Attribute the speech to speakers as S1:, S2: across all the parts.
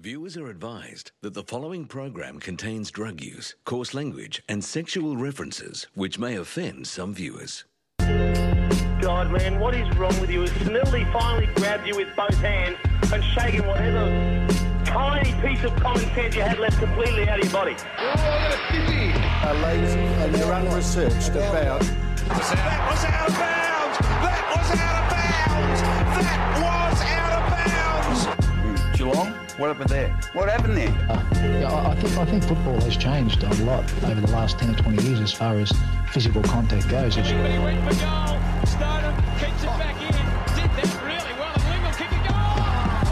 S1: Viewers are advised that the following program contains drug use, coarse language, and sexual references, which may offend some viewers.
S2: God, man, what is wrong with you? Has Snilly finally grabbed you with both hands and shaken whatever tiny piece of common sense you had left completely out of your body?
S3: are lazy and they're unresearched about
S4: That was out of bounds. That was out of bounds. That was out of bounds.
S5: Geelong? What happened there? What happened there?
S6: Yeah, I I think I think football has changed a lot over the last ten or twenty years as far as physical contact goes. It's-
S7: He went for goal. Stardom kicks it back in. Did that really well. And Ling will kick a goal. Oh,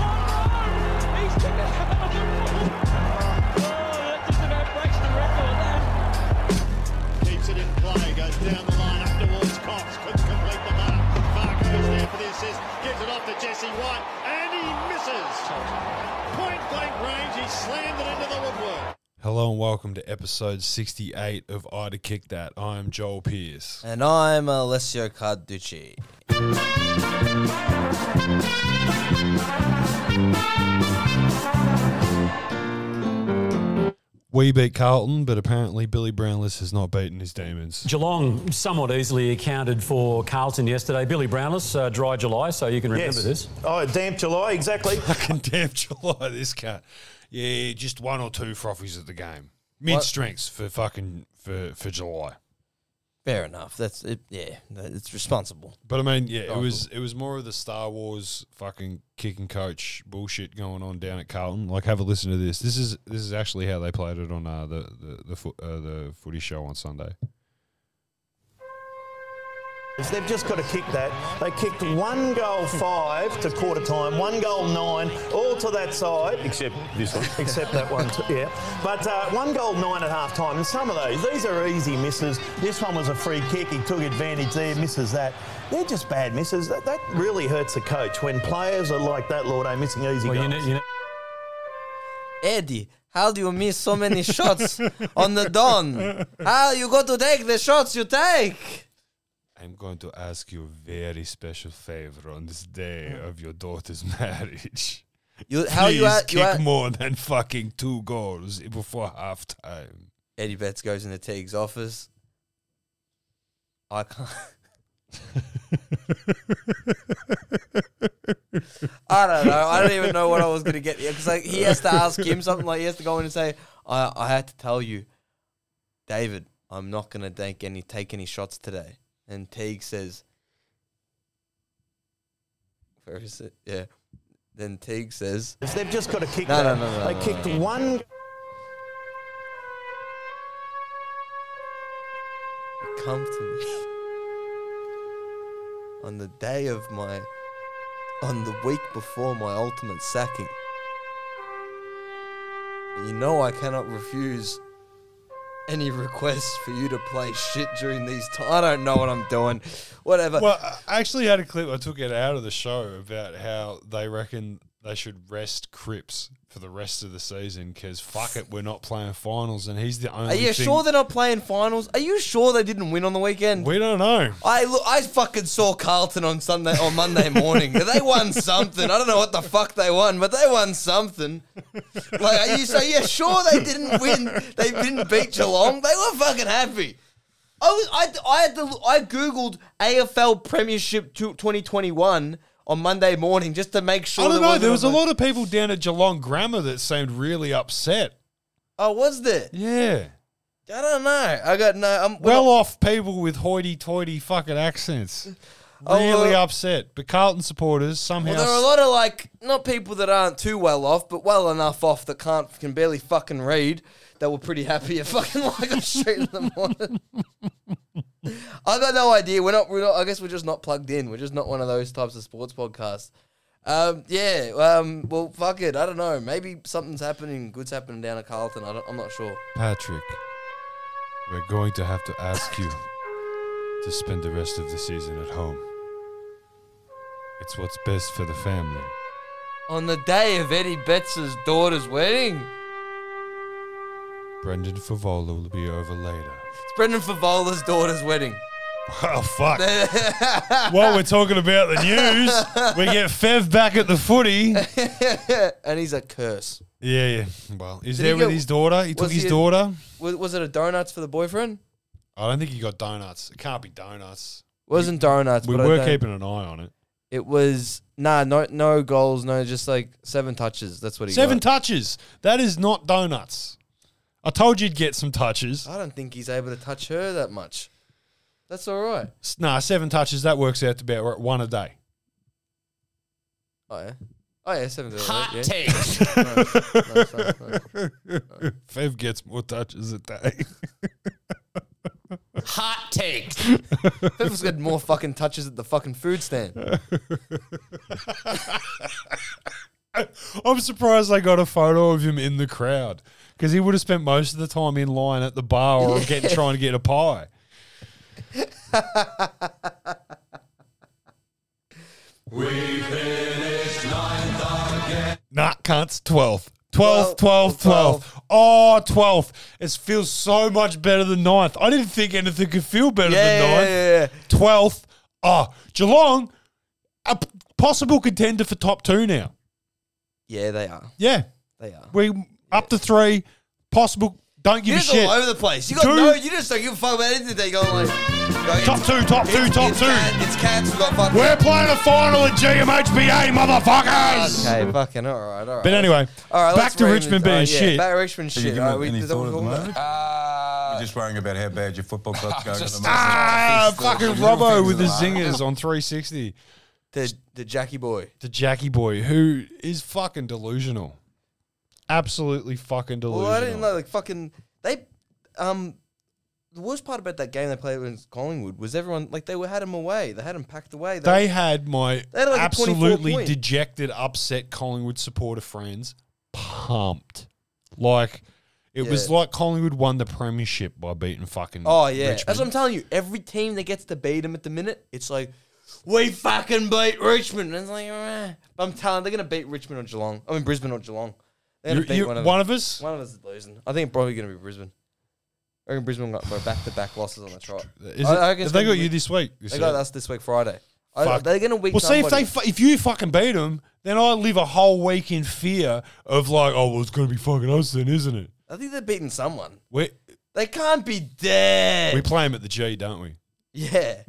S7: no! He's kicked it out of the ball. Oh, that just about breaks the record. That
S8: keeps it in play, goes down the line up towards Cox, couldn't complete the mark. Marco's there for the assist, gives it off to Jesse White, and he misses. Point blank range, he slammed it into the woodwork.
S9: Hello and welcome to episode 68 of I to Kick That. I am Joel Pierce.
S10: And I'm Alessio Carducci.
S9: We beat Carlton, but apparently Billy Brownless has not beaten his demons.
S11: Geelong somewhat easily accounted for Carlton yesterday. Billy Brownless, uh, dry July, so you can remember this.
S5: Oh, damn July, exactly.
S9: Fucking damn July, this cat. Yeah, just one or two frothies at the game. Mid strengths for fucking for, for July.
S10: Fair enough. That's it, yeah. that- It's responsible.
S9: But I mean, yeah, it was it was more of the Star Wars fucking kicking coach bullshit going on down at Carlton. Like, have a listen to this. This is this is actually how they played it on uh, the the the, fo- uh, the footy show on Sunday.
S5: They've just got to kick that. They kicked one goal five to quarter time, one goal nine, all to that side. Except this one. Except that one, too, yeah. But uh, one goal nine at half time, and some of those, these are easy misses. This one was a free kick. He took advantage there, misses that. They're just bad misses. That, that really hurts the coach when players are like that, Lordo, missing easy
S11: Well, you,
S5: goals.
S11: ne- you ne-
S10: Eddie, how do you miss so many shots on the Don? How you got to take the shots you take?
S9: I'm going to ask you a very special favor on this day of your daughter's marriage.
S10: You how
S9: Please
S10: you are,
S9: kick
S10: you are
S9: more than fucking two goals before halftime.
S10: Eddie Betts goes into Teague's office. I can't. I don't know. I don't even know what I was going to get here because like he has to ask him something. Like he has to go in and say, "I I had to tell you, David, I'm not going to take any take any shots today." And Teague says, "Where is it? Yeah." Then Teague says,
S5: They've just got to kick
S10: No,
S5: that.
S10: no, no, no,
S5: they
S10: no,
S5: kicked
S10: no.
S5: one.
S10: come to me on the day of my on the week before my ultimate sacking you know i cannot refuse any requests for you to play shit during these times i don't know what i'm doing whatever
S9: Well, I actually had a clip. I took it out of the show about how they reckon they should rest Cripps for the rest of the season because fuck it, we're not playing finals, and he's the only.
S10: are you
S9: thing-
S10: sure they're not playing finals are you sure they didn't win on the weekend
S9: We don't know.
S10: I look, I fucking saw Carlton on Sunday on Monday morning. they won something. I don't know what the fuck they won, but they won something. Like are you so yeah, sure they didn't win. They didn't beat Geelong. They were fucking happy. I was I I had to look- I googled AFL Premiership two- 2021 on Monday morning just to make sure.
S9: I don't know.
S10: wasn't
S9: There was a
S10: like-
S9: lot of people down at Geelong Grammar that seemed really upset.
S10: Oh, was there?
S9: Yeah.
S10: I don't know. I got no. I'm, we're
S9: well
S10: not-
S9: off people with hoity toity fucking accents.
S10: Oh,
S9: Really
S10: well-
S9: upset. But Carlton supporters somehow.
S10: Well, there are a lot of like not people that aren't too well off, but well enough off that can't can barely fucking read. That were pretty happy at fucking Lygon Street in the morning. I got no idea. We're not. We're not. I guess we're just not plugged in. We're just not one of those types of sports podcasts. Um, yeah. Um, well, fuck it. I don't know. Maybe something's happening. Good's happening down at Carlton. I don't, I'm not sure.
S9: Patrick, we're going to have to ask you to spend the rest of the season at home. It's what's best for the family.
S10: On the day of Eddie Betts' daughter's wedding,
S9: Brendan Favola will be over later.
S10: it's Brendan Favola's daughter's wedding.
S9: Oh, fuck. While we're talking about the news, we get Fev back at the footy.
S10: and he's a curse.
S9: Yeah, yeah. Well, he's
S10: Did he
S9: there with
S10: go-
S9: his daughter. He
S10: was
S9: took his
S10: a-
S9: daughter.
S10: Was, was it a donuts for the boyfriend?
S9: I don't think he got donuts. It can't be donuts.
S10: Wasn't donuts.
S9: We
S10: but I
S9: were
S10: don't-
S9: keeping an eye on it.
S10: It was nah, no, no goals, no, just like seven touches. That's what he
S9: Seven
S10: got.
S9: touches. That is not donuts. I told you'd get some touches.
S10: I don't think he's able to touch her that much. That's all right.
S9: S- Nah, seven touches. That works out to be about one a day.
S10: Oh yeah, oh yeah, seven. to
S4: Hot
S10: eight, yeah.
S4: take.
S10: Nice, nice, nice, nice.
S9: Fev gets more touches a day.
S4: Hot takes.
S10: People's got more fucking touches at the fucking food stand.
S9: I'm surprised they got a photo of him in the crowd because he would have spent most of the time in line at the bar or getting, trying to get a pie. Nah, cunts, 12th. 12th, 12th, 12th. Oh, 12th. It feels so much better than 9th. I didn't think anything could feel better
S10: Yeah,
S9: than
S10: yeah,
S9: 9th.
S10: yeah, yeah.
S9: 12th. Oh, Geelong, a p- possible contender for top two now.
S10: Yeah, they are.
S9: Yeah.
S10: They are.
S9: We up to three, possible. Don't give
S10: You're
S9: a
S10: just
S9: shit.
S10: all over the place. You got
S9: Two-
S10: no. You just don't give a fuck about anything. They go like like,
S9: Top
S10: it's-
S9: two, top two,
S10: it's-
S9: top
S10: it's
S9: two.
S10: Cat, it's cats. We got fucking.
S9: We're playing a final at GMHBA, motherfuckers.
S10: Okay, fucking all right, all right.
S9: But anyway,
S10: all right.
S9: back
S10: let's
S9: to
S10: rate
S9: Richmond
S10: it. All
S9: being
S10: right, yeah,
S9: shit.
S10: Back to Richmond
S12: Can you
S10: shit.
S12: give
S10: All right,
S12: it
S10: we
S12: any
S10: is that what
S12: thought
S10: we're
S12: at the
S10: talking about?
S12: You're just worrying about how bad your football club's going at the moment.
S9: ah, fucking
S12: Little
S9: Robbo
S12: things
S9: with
S12: that
S9: the
S12: are-
S9: zingers on 360
S10: The the Jackie boy.
S9: to Jackie Boy, who is fucking delusional. Absolutely fucking delusional.
S10: Well, I didn't know. Like fucking they. Um, the worst part about that game they played against Collingwood was everyone like they were had him away. They had him packed away.
S9: They had my
S10: They had like a 24
S9: absolutely
S10: point.
S9: dejected, upset Collingwood supporter friends pumped. Like it was
S10: Yeah.
S9: like Collingwood won the premiership by beating fucking.
S10: Oh yeah, that's what I'm
S9: Richmond.
S10: telling you. Every team that gets to beat them at the minute, it's like we fucking beat Richmond. And it's like, "Ah." but I'm telling, they're gonna beat Richmond or Geelong. I mean Brisbane or Geelong. They're gonna
S9: You-
S10: beat
S9: you-
S10: one of
S9: one
S10: them.
S9: of us.
S10: One of us is losing. I think probably gonna be Brisbane. I reckon Brisbane got back to back losses on the trot.
S9: Is
S10: I- I reckon
S9: it, have
S10: it's
S9: they
S10: gonna
S9: got
S10: be-
S9: you this week? You
S10: They
S9: said?
S10: got us this week Friday. I,
S9: Fuck.
S10: they're gonna weak.
S9: Well, see if they
S10: somebody.
S9: fu- if you fucking beat them, then I live a whole week in fear of like, oh well, it's gonna be fucking us then, isn't it?
S10: I think they're beating someone.
S9: We
S10: They can't be dead.
S9: we play them at the G, don't we?
S10: yeah,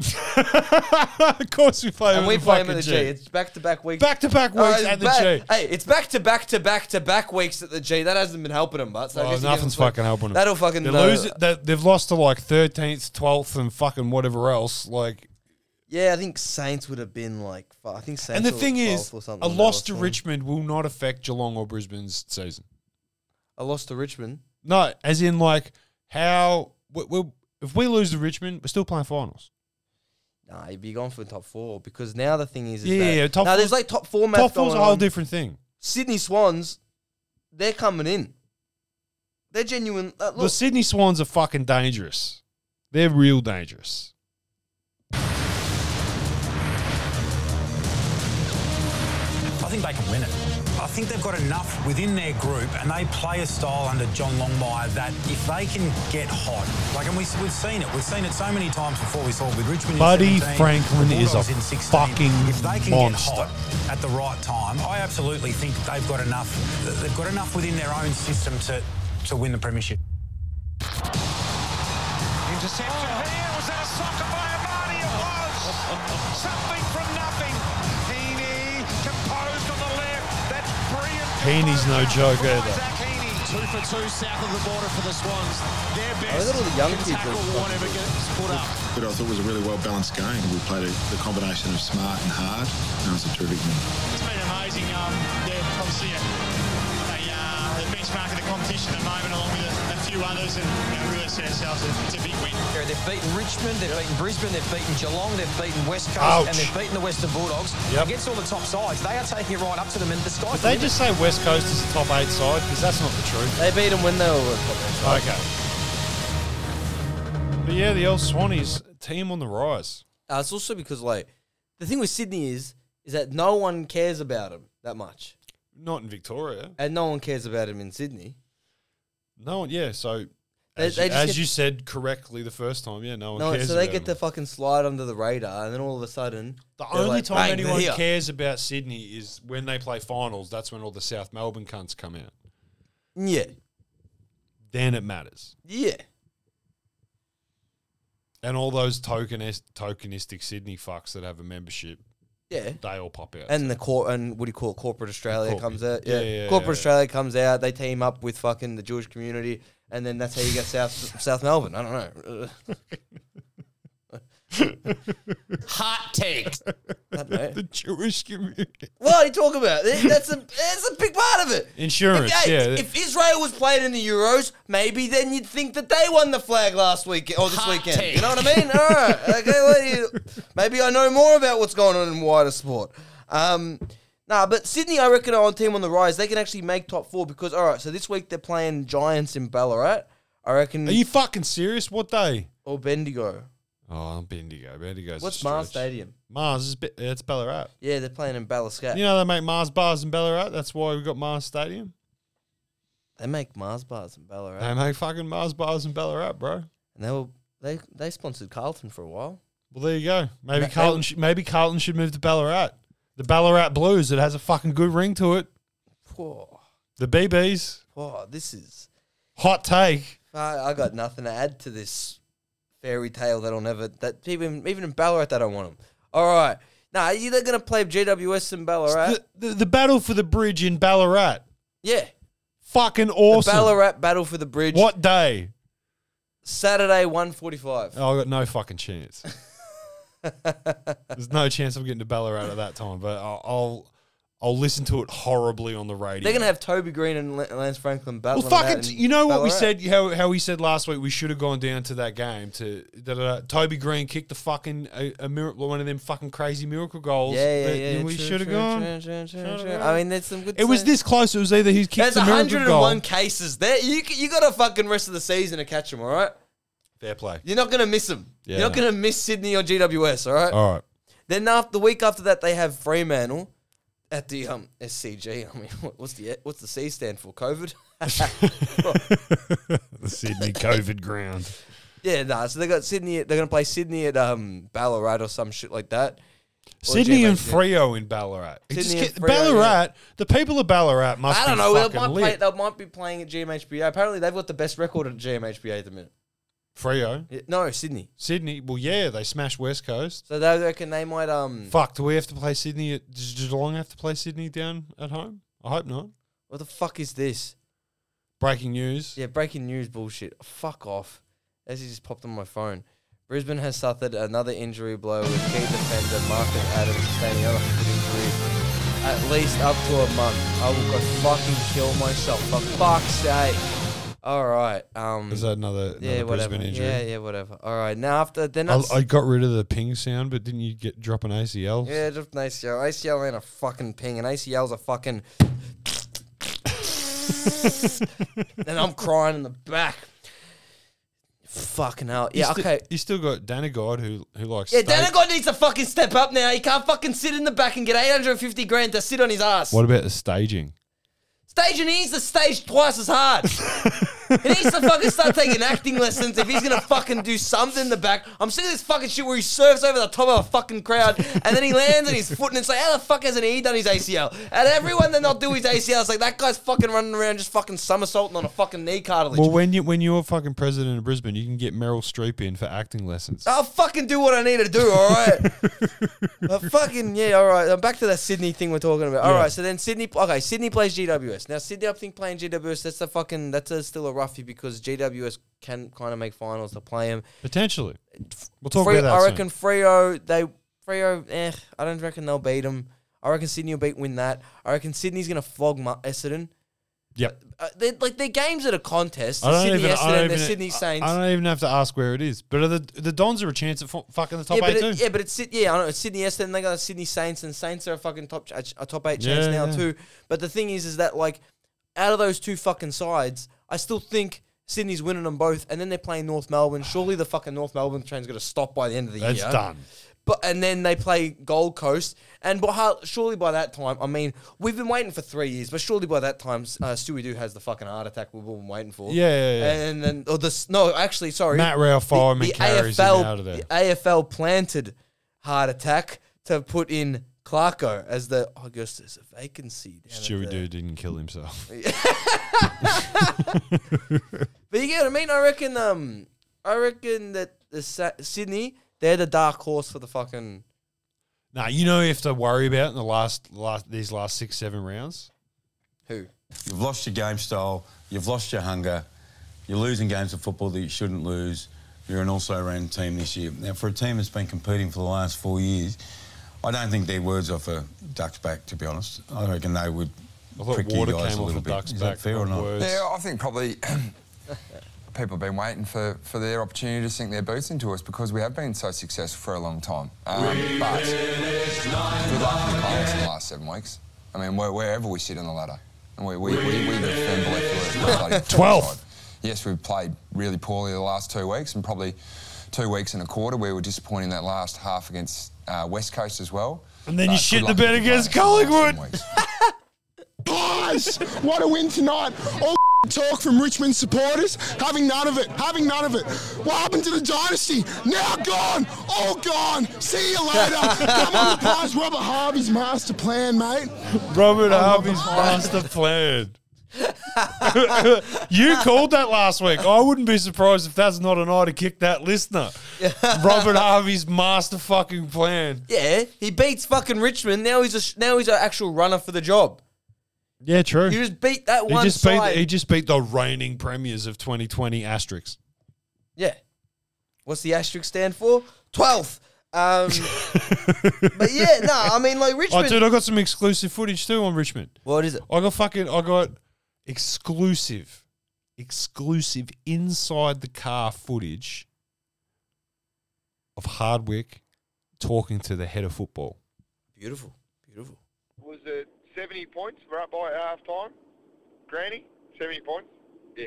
S9: of course we play
S10: and
S9: them.
S10: we
S9: at the
S10: play them at
S9: fucking
S10: the G. It's back to back weeks.
S9: Back to back weeks
S10: Oh, it's
S9: at the
S10: back-
S9: G.
S10: Hey, it's back to back to back to back weeks at the G. That hasn't been helping them, but so I
S9: Well,
S10: guess you
S9: Oh, nothing's
S10: give them-
S9: fucking helping them.
S10: That'll fucking
S9: They're
S10: no.
S9: losing- they- they've lost to like 13th, 12th, and fucking whatever else. Like,
S10: Yeah, I think Saints would have been like. fu- I think Saints.
S9: and the
S10: were
S9: thing
S10: 12th
S9: is,
S10: or
S9: a
S10: something when they
S9: loss
S10: lost
S9: to
S10: them.
S9: Richmond will not affect Geelong or Brisbane's season.
S10: a loss to Richmond.
S9: No, as in like how we, we, if we lose to Richmond, we're still playing finals.
S10: Nah, you'd be gone for the top four because now the thing is, is
S9: Yeah,
S10: that,
S9: yeah, yeah, top
S10: now there's
S9: four's-
S10: like top four math
S9: Top four's
S10: going
S9: a whole
S10: on.
S9: different thing.
S10: Sydney Swans, they're coming in. They're genuine. Uh,
S9: The
S10: look,
S9: Sydney Swans are fucking dangerous. They're real dangerous.
S13: I think they can win it. I think they've got enough within their group, and they play a style under John Longmire that if they can get hot, like, and we, we've seen it, we've seen it so many times before. We saw it with Richmond.
S9: Buddy
S13: in 17,
S9: Franklin
S13: the
S9: is a
S13: Bulldogs in 16.
S9: fucking
S13: If they can
S9: monster.
S13: get hot at the right time, I absolutely think they've got enough. They've got enough within their own system to to win the premiership.
S4: Interception here. Was that a soccer by Amani? It was. Something from nothing. Heaney composed on the left. That's brilliant.
S9: Heaney's no joke either.
S14: Two for two south of the border for the Swans. Their
S10: best look at all the young
S14: can
S10: kids
S14: tackle
S10: that
S14: won't ever get put up.
S15: But I thought it was a really well balanced game. We played a, the combination of smart and hard. And it was a terrific win.
S14: It's been amazing. Um, they're obviously a, a, uh, the benchmark of the competition at the moment, along with a, a few others, and, and we really set ourselves. a- It's a big win.
S16: They've beaten Richmond, they've beaten Brisbane, they've beaten Geelong, they've beaten West Coast,
S9: Ouch.
S16: and they've beaten the Western Bulldogs. Against all the top sides, they are taking it right up to them in the sky.
S9: But they just say West Coast is a top eight side because that's not the truth.
S10: they beat them when they were.
S9: Okay. But yeah, the old Swannies team on the rise.
S10: Uh, it's also because like the thing with Sydney is is that no one cares about him that much,
S9: Not in Victoria.
S10: and no one cares about him in Sydney.
S9: No one, yeah. So
S10: They-
S9: as,
S10: they
S9: you,
S10: just
S9: as
S10: get-
S9: you said correctly the first time, yeah, no one
S10: No,
S9: cares.
S10: so they
S9: about
S10: get to
S9: them.
S10: fucking slide under the radar, and then all of a sudden,
S9: the
S10: they're
S9: only
S10: like,
S9: time
S10: "Bang,
S9: anyone
S10: they're here."
S9: cares about Sydney is when they play finals. That's when all the South Melbourne cunts come out.
S10: Yeah.
S9: then it matters.
S10: Yeah.
S9: And all those tokenist, tokenistic Sydney fucks that have a membership,
S10: Yeah.
S9: they all pop out.
S10: And the cor- and what do you call it? Corporate Australia
S9: Corporate.
S10: comes out.
S9: Yeah,
S10: Yeah,
S9: yeah,
S10: Corporate
S9: yeah.
S10: Australia comes out. They team up with fucking the Jewish community, and then that's how you get South South Melbourne. I don't know.
S16: Hot takes.
S9: the Jewish community.
S10: What are you talking about? That's a that's a big part of it.
S9: Insurance,
S10: If, hey,
S9: yeah.
S10: if Israel was played in the Euros, maybe then you'd think that they won the flag last week or this
S16: Hot
S10: weekend.
S16: take.
S10: You know what I mean? All right. Okay. well, you- maybe I know more about what's going on in wider sport. Um, nah, but Sydney, I reckon, are on team on the rise. They can actually make top four because all right. So this week they're playing Giants in Ballarat. I reckon. Are you
S9: fucking serious? What day?
S10: Or Bendigo?
S9: Oh, I'm Bendigo. Bendigo's a
S10: What's Mars
S9: stretch.
S10: Stadium? Uh,
S9: Mars is Be- it's Ballarat.
S10: Yeah, they're playing in Ballarat.
S9: You know they make Mars bars in Ballarat. That's why we've got Mars Stadium.
S10: They make Mars bars in Ballarat.
S9: They make fucking Mars bars in Ballarat, bro.
S10: And they were they they sponsored Carlton for a while.
S9: Well, there you go. Maybe
S10: Ma-
S9: Carlton. Sh- maybe Carlton should move to Ballarat. The Ballarat Blues. It has a fucking good ring to it.
S10: Whoa,
S9: The BBs.
S10: whoa, this is.
S9: Hot take.
S10: I, I got nothing to add to this fairy tale that'll never. That even even in Ballarat, they don't want them. All right, nah, you- they're gonna play GWS in Ballarat.
S9: The, the, the battle for the bridge in Ballarat.
S10: yeah,
S9: Fucking awesome.
S10: The Ballarat battle for the bridge.
S9: What day?
S10: Saturday one forty five.
S9: Oh, I got no fucking chance. There's no chance I'm getting to Ballarat at that time. But I'll I'll, I'll listen to it horribly on the radio.
S10: They're gonna have Toby Green and L- Lance Franklin
S9: Well,
S10: battle.
S9: fucking, you know what we said? How, how we said last week we should have gone down to that game to da, da, da. Toby Green kicked the fucking a, a miracle, one of them fucking crazy miracle goals.
S10: Yeah, yeah,
S9: that-
S10: yeah.
S9: that we
S10: true,
S9: should have
S10: true,
S9: gone.
S10: true, true, true,
S9: Shoulda
S10: true.
S9: gone.
S10: I mean, there's some good.
S9: It was
S10: saying.
S9: this close. It was either he kicked
S10: There's
S9: the miracle goal.
S10: 101 cases there. You c- you got a fucking rest of the season to catch them, all right?
S9: Fair play.
S10: You're not gonna miss them.
S9: Yeah.
S10: You're not gonna miss Sydney or GWS, all right?
S9: All right.
S10: Then after the week after that, they have Fremantle at the um SCG. I mean, what- what's the what's the C stand for? COVID.
S9: the Sydney COVID ground.
S10: yeah, nah. So they got Sydney. They're gonna play Sydney at um Ballarat or some shit like that. Or
S9: Sydney and
S10: GWS.
S9: Frio in Ballarat. It just
S10: Sydney and
S9: get-
S10: Freo, yeah.
S9: Ballarat, the people of Ballarat must
S10: I don't
S9: be
S10: know. They
S9: fucking
S10: might, play,
S9: lit.
S10: they might be playing at GMHBA. Apparently, they've got the best record at GMHBA at the minute.
S9: Frio.
S10: No, Sydney.
S9: Sydney. Well, yeah, they smashed West Coast.
S10: So they reckon they might um.
S9: Fuck, do we have to play Sydney? At, does Geelong have to play Sydney down at home? I hope not.
S10: What the fuck is this?
S9: Breaking news.
S10: Yeah, breaking news bullshit. Fuck off. As he just popped on my phone. Brisbane has suffered another injury blow with key defender Marcus Adams sustaining another foot injury at least up to a month. I will go fucking kill myself for fuck's sake. All right. Um,
S9: Is that another-
S10: yeah,
S9: another
S10: whatever.
S9: Brisbane injury?
S10: Yeah, yeah, whatever. All right. Now after then,
S9: I, I got rid of the ping sound, but didn't you get drop an ACL?
S10: yeah, just an ACL. ACL ain't a fucking ping, and ACL's a fucking. and I'm crying in the back. Fucking hell. Yeah,
S9: you
S10: okay.
S9: Still, you still got Danagod who who likes.
S10: Yeah,
S9: steak.
S10: Danagod needs to fucking step up now. He can't fucking sit in the back and get 850 grand to sit on his ass.
S9: What about the staging?
S10: Staging, he needs to stage twice as hard. he needs to fucking start taking acting lessons if he's gonna fucking do something in the back. I'm seeing this fucking shit where he surfs over the top of a fucking crowd and then he lands on his foot and it's like, how the fuck hasn't he done his ACL? And everyone that not do his ACL is like, that guy's fucking running around just fucking somersaulting on a fucking knee cartilage.
S9: Well, when you when you're fucking president of Brisbane, you can get Meryl Streep in for acting lessons.
S10: I'll fucking do what I need to do, all right? I fucking, yeah, all right. I'm back to that Sydney thing we're talking about. All right,
S9: Yeah.
S10: so then Sydney, okay, Sydney plays GWS. Now, Sydney, I think playing GWS, that's a fucking, that's a, still a roughie because GWS can kind of make finals to play him.
S9: Potentially, we'll talk
S10: Freo-
S9: about that.
S10: I
S9: soon.
S10: reckon Frio, they, Frio, eh, I don't reckon they'll beat them. I reckon Sydney will beat win that. I reckon Sydney's going to flog Mu- Essendon.
S9: Yep.
S10: Uh, they like their games at a contest.
S9: I don't
S10: uh, Sydney
S9: even. I
S10: Essendon,
S9: don't
S10: they're
S9: even.
S10: Sydney Saints.
S9: I I don't even have to ask where it is. But are the the Dons are a chance at fu- fucking the top
S10: yeah,
S9: eight
S10: but
S9: too.
S10: it, yeah, but it's Syd- yeah, I know it's Sydney yesterday, and they got Sydney Saints, and Saints are a fucking top ch- a, a top eight chance
S9: Yeah,
S10: now
S9: yeah.
S10: too. But the thing is, is that like out of those two fucking sides, I still think Sydney's winning them both, and then they're playing North Melbourne. Surely the fucking North Melbourne train's going to stop by the end of the
S9: That's
S10: year.
S9: done.
S10: But and then they play Gold Coast, and but how- surely by that time, I mean, we've been waiting for three years, but surely by that time, uh, Stewie Doo has the fucking heart attack we've all been waiting for.
S9: Yeah, yeah, yeah.
S10: And then or this no, actually, sorry,
S9: Matt Rao fireman carries him out of there.
S10: the AFL planted heart attack to put in Clarko as the oh, I guess there's a vacancy. Down at
S9: Stewie
S10: the-
S9: dude didn't kill himself.
S10: But you get what I mean. I reckon. Um, I reckon that the Sa- Sydney they're the dark horse for the fucking.
S9: Nah, you know who you have to worry about in the last last these last six seven rounds.
S10: Who?
S12: You've lost your game style. You've lost your hunger. You're losing games of football that you shouldn't lose. You're an also-ran team this year. Now, for a team that's been competing for the last four years, I don't think their words off a duck's back. To be honest, I reckon they would
S9: I thought
S12: prick
S9: water
S12: you guys
S9: came
S12: a
S9: off
S12: little
S9: a
S12: bit.
S9: duck's
S12: Is
S9: back,
S12: that fair or
S9: not
S12: not?
S9: words.
S17: Yeah, I think probably people have been waiting for, for their opportunity to sink their boots into us because we have been so successful for a long time. Um, but good luck to the Pilots in the last seven weeks. I mean, where- wherever we sit on the ladder, and we we we, we, have a firm belief we're a bloody top
S9: Twelfth.
S17: side. Yes, we've played really poorly the last two weeks, and probably two weeks and a quarter. We were disappointing that last half against uh, West Coast as well.
S9: And then you
S17: But good
S9: shit the
S17: luck to
S9: bed
S17: the
S9: against
S17: Pilots in the last
S9: Collingwood.
S17: seven weeks.
S18: Guys, what a win tonight. All talk from Richmond supporters, having none of it, having none of it. What happened to the dynasty? Now gone, all gone. See you later. Come on, the prize, Robert Harvey's master plan, mate. Oh,
S9: Robert Harvey's master plan. you called that last week. I wouldn't be surprised if that's not an eye to kick that listener. Robert Harvey's master fucking plan.
S10: Yeah, he beats fucking Richmond. Now he's a sh- now he's an actual runner for the job.
S9: Yeah, true.
S10: He just beat that
S9: He
S10: one
S9: just beat,
S10: side.
S9: he just beat the reigning premiers of 2020 asterisks.
S10: Yeah. What's the asterisk stand for? Twelfth. Um, but yeah, no, I mean like Richmond.
S9: Oh, dude, I got some exclusive footage too on Richmond.
S10: What is it?
S9: I got fucking, I got exclusive, exclusive inside the car footage of Hardwick talking to the head of football.
S10: Beautiful, beautiful.
S19: Was it 70 points? We're up by half time. Granny, 70 points. Yeah.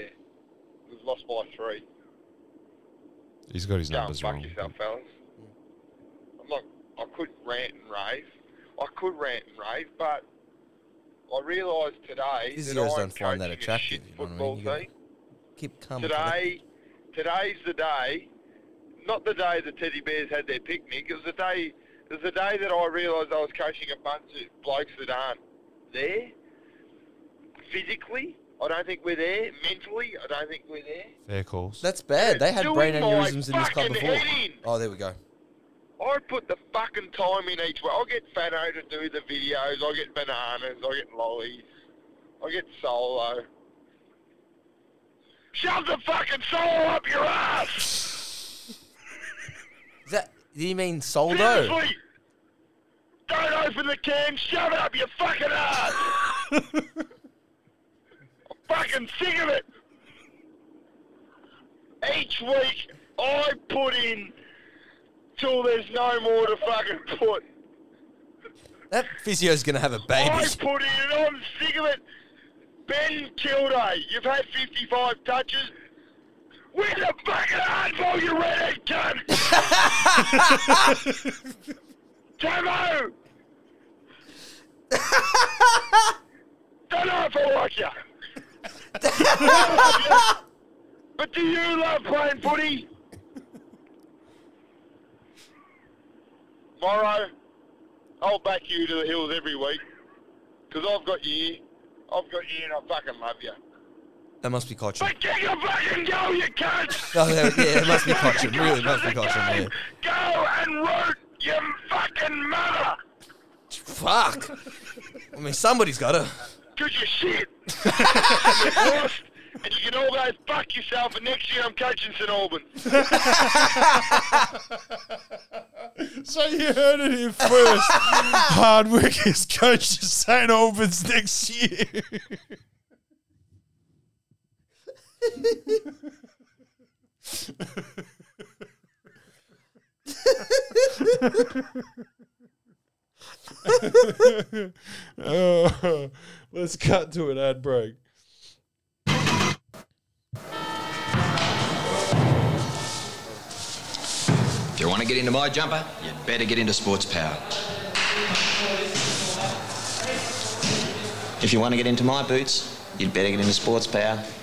S19: We've lost by three.
S9: He's got his
S19: Go
S9: numbers
S19: and
S9: wrong.
S19: fuck yourself, fellas. I'm not. I could rant and rave. I could rant and rave, but I realised today
S10: These
S19: that
S10: zeros
S19: I'm
S10: don't find
S19: coaching
S10: that
S19: a
S10: attractive.
S19: shit
S10: You know what I
S19: football
S10: mean? You gotta
S19: team.
S10: keep calm. and
S19: Today, today's the day. Not the day the teddy bears had their picnic. It was the day. It was the day that I realised I was coaching a bunch of blokes that aren't there. Physically, I don't think we're there. Mentally, I don't think we're there.
S9: Fair calls.
S10: That's bad. They had
S19: Doing
S10: brain
S19: my
S10: aneurysms in this club
S19: fucking
S10: before.
S19: head in.
S10: Oh, there we go.
S19: I put the fucking time in each way. I get Fano to do the videos. I get bananas. I get lollies. I get solo. Shove the fucking solo up your ass.
S10: Is that? Do you mean Soldo?
S19: Seriously. Don't open the can. Shove it up your fucking ass. I'm fucking sick of it. Each week I put in till there's no more to fucking put.
S10: That physio's gonna have a baby.
S19: I put in and I'm sick of it. Ben Kilday, you've had 55 touches. Where's the fucking hardball, you redhead cunt? Tomo! Don't know if I like you. but do you love playing footy? Morrow, I'll back you to the hills every week. Because I've got you here. I've got you and I fucking love you.
S10: That must be Cochin.
S19: But get your fucking go, you cunt!
S10: Oh, there, yeah, it must be Cochin. Really, must be Cochin. Yeah.
S19: Go and root, you fucking mother!
S10: Fuck. I mean, somebody's got to.
S19: Because you're shit! You're lost, and you can all go fuck yourself, and next year I'm coaching St Albans.
S9: So you heard it here first. Hardwick is coach to St. Albans next year. Oh, let's cut to an ad break.
S20: If you want to get into my jumper, you'd better get into Sports Power. If you want to get into my boots, you'd better get into Sports Power. If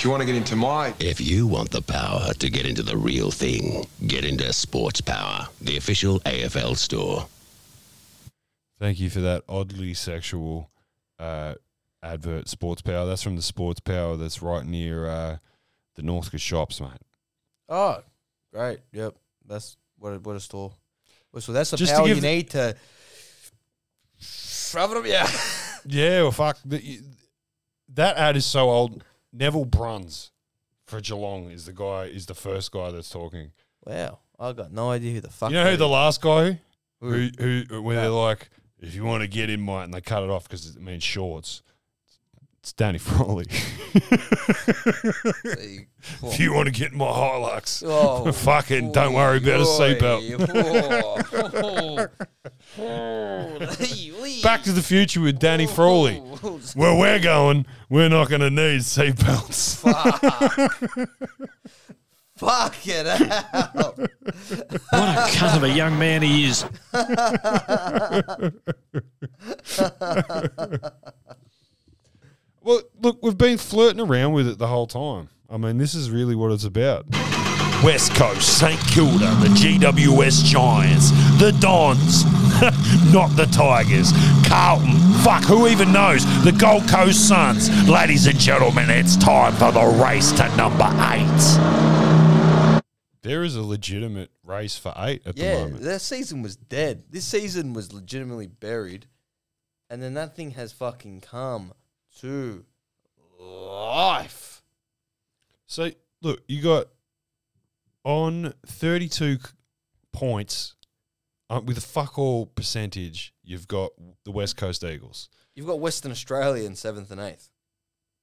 S21: If you want to get into my. If you want the power to get into the real thing, get into Sports Power, the official AFL store.
S9: Thank you for that oddly sexual uh, advert, Sports Power. That's from the Sports Power that's right near uh, the Northcote Shops, mate.
S10: Oh, great. Yep. That's what a, what a store. Well, So that's the
S9: Just to
S10: power you
S9: give the-
S10: need to shove it up your
S9: Yeah, well, fuck. The, that ad is so old. Neville Bruns for Geelong is the guy, is the first guy that's talking.
S10: Wow. I got no idea who the fuck.
S9: you know
S10: that
S9: who the
S10: is.
S9: last guy
S10: Who?
S9: who who where they're like, if you want to get in, mate, and they cut it off because it means shorts. It's Danny Frawley. if you want to get in my Hilux,
S4: Oh,
S9: fucking don't worry about a
S4: boy,
S9: seatbelt. Back to the future with
S4: Oh,
S9: Danny Frawley. Where we're going, we're not going to need seatbelts.
S10: Fuck it out.
S22: What a cunt of a young man he is.
S9: Well, look, we've been flirting around with it the whole time. I mean, this is really what it's about.
S22: West Coast, St Kilda, the GWS Giants, the Dons, not the Tigers, Carlton, fuck, who even knows? The Gold Coast Suns. Ladies and gentlemen, it's time for the race to number eight.
S9: There is a legitimate race for eight at the
S10: yeah,
S9: moment.
S10: that season was dead. This season was legitimately buried, and then that thing has fucking come to life.
S9: So look, you got on thirty-two c- points uh, with a fuck all percentage. You've got the West Coast Eagles.
S10: You've got Western Australia in seventh and eighth,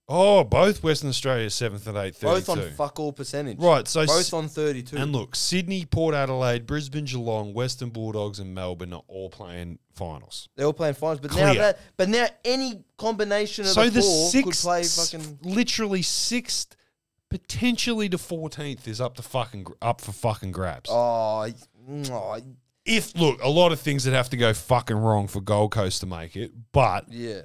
S9: Oh, both Western Australia seventh and eighth. 32.
S10: both on fuck all percentage.
S9: Right, so
S10: both
S9: s-
S10: on thirty-two.
S9: And look, Sydney, Port Adelaide, Brisbane, Geelong, Western Bulldogs, and Melbourne are all playing finals.
S10: they're all playing finals, but now
S9: Clear.
S10: that but now any combination of
S9: So
S10: the
S9: the
S10: four
S9: sixth-
S10: could play fucking
S9: literally sixth, potentially to fourteenth is up to fucking gr- up for fucking grabs.
S10: Oh, oh,
S9: if look, a lot of things that have to go fucking wrong for Gold Coast to make it, but
S10: yeah.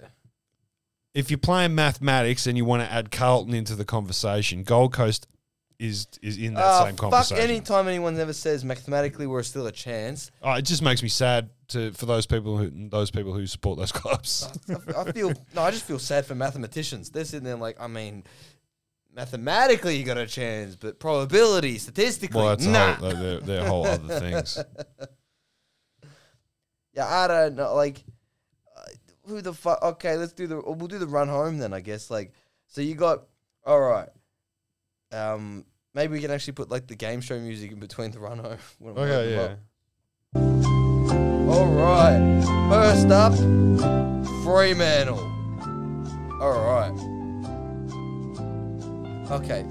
S9: if you're playing mathematics and you want to add Carlton into the conversation, Gold Coast is is in that
S10: Ah,
S9: same
S10: fuck!
S9: conversation.
S10: Anytime anyone ever says mathematically we're still a chance,
S9: Oh, it just makes me sad to for those people who those people who support those clubs.
S10: I feel no, I just feel sad for mathematicians. They're sitting there like, I mean, mathematically you got a chance, but probability, statistically,
S9: well, that's
S10: nah.
S9: a whole, they're, they're whole other things.
S10: yeah, I don't know. Like, uh, who the fuck? Okay, let's do the. or We'll do the run home then, I guess. Like, so you got all right. Um, maybe we can actually put like the game show music in between the run home. when we
S9: Okay,
S10: wrap
S9: yeah.
S10: them up. All right. First up, Fremantle. All right. Okay.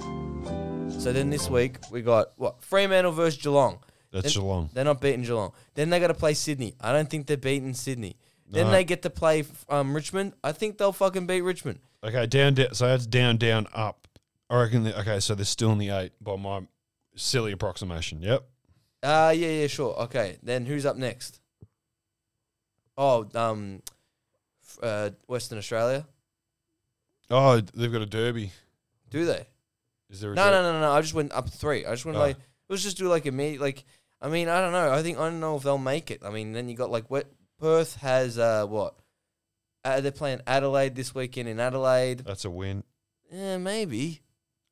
S10: So then this week we got what Fremantle versus Geelong.
S9: That's
S10: Then-
S9: Geelong.
S10: They're not beating Geelong. Then they got to play Sydney. I don't think they're beating Sydney. Then
S9: No.
S10: they get to play um, Richmond. I think they'll fucking beat Richmond.
S9: Okay, down, down. So that's down, down, up. I reckon. That, okay, so they're still in the eight by my silly approximation. Yep.
S10: Uh yeah, yeah, sure. Okay. Then who's up next? Oh, um, f- uh, Western Australia.
S9: Oh, they've got a derby.
S10: Do they?
S9: Is there a
S10: No,
S9: der-
S10: no, no, no. I just went up three. I just went
S9: Ah.
S10: like let's just do like a meet. Like I mean, I don't know. I think I don't know if they'll make it. I mean, then you got like what Perth has. Uh, what uh, they're playing Adelaide this weekend in Adelaide.
S9: That's a win.
S10: Yeah, maybe.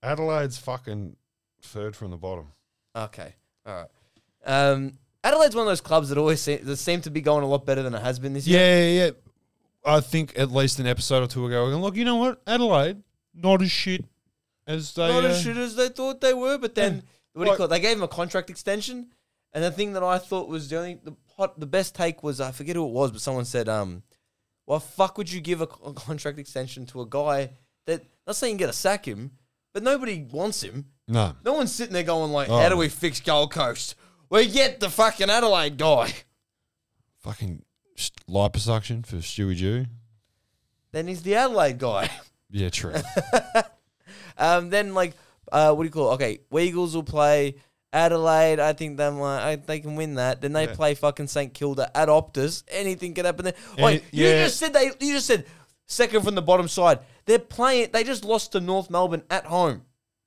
S9: Adelaide's fucking third from the bottom.
S10: Okay, all right. Um, Adelaide's one of those clubs that always se- that seem to be going a lot better than it has been this year.
S9: Yeah, yeah, yeah. I think at least an episode or two ago, we go, look, you know what? Adelaide, not as shit as they.
S10: not as
S9: uh,
S10: shit as they thought they were. But then, what do you call it? They gave him a contract extension, and the thing that I thought was the only the hot, the best take was I forget who it was, but someone said, um, "Why fuck would you give a, co- a contract extension to a guy that not saying you're gonna sack him, but nobody wants him.
S9: No.
S10: no one's sitting there going like,
S9: Oh.
S10: how do we fix Gold Coast? We get the fucking Adelaide guy.
S9: Fucking st- liposuction for Stewie Jew.
S10: Then he's the Adelaide guy."
S9: Yeah, true.
S10: Um, then like, uh, what do you call? It? Okay, Weagles will play Adelaide. I think them. Uh, I, they can win that. Then they
S9: Yeah.
S10: play fucking St Kilda at Optus. Anything can happen there. Wait,
S9: Any-
S10: you
S9: yeah.
S10: just said they. You just said second from the bottom side. They're playing. They just lost to North Melbourne at home.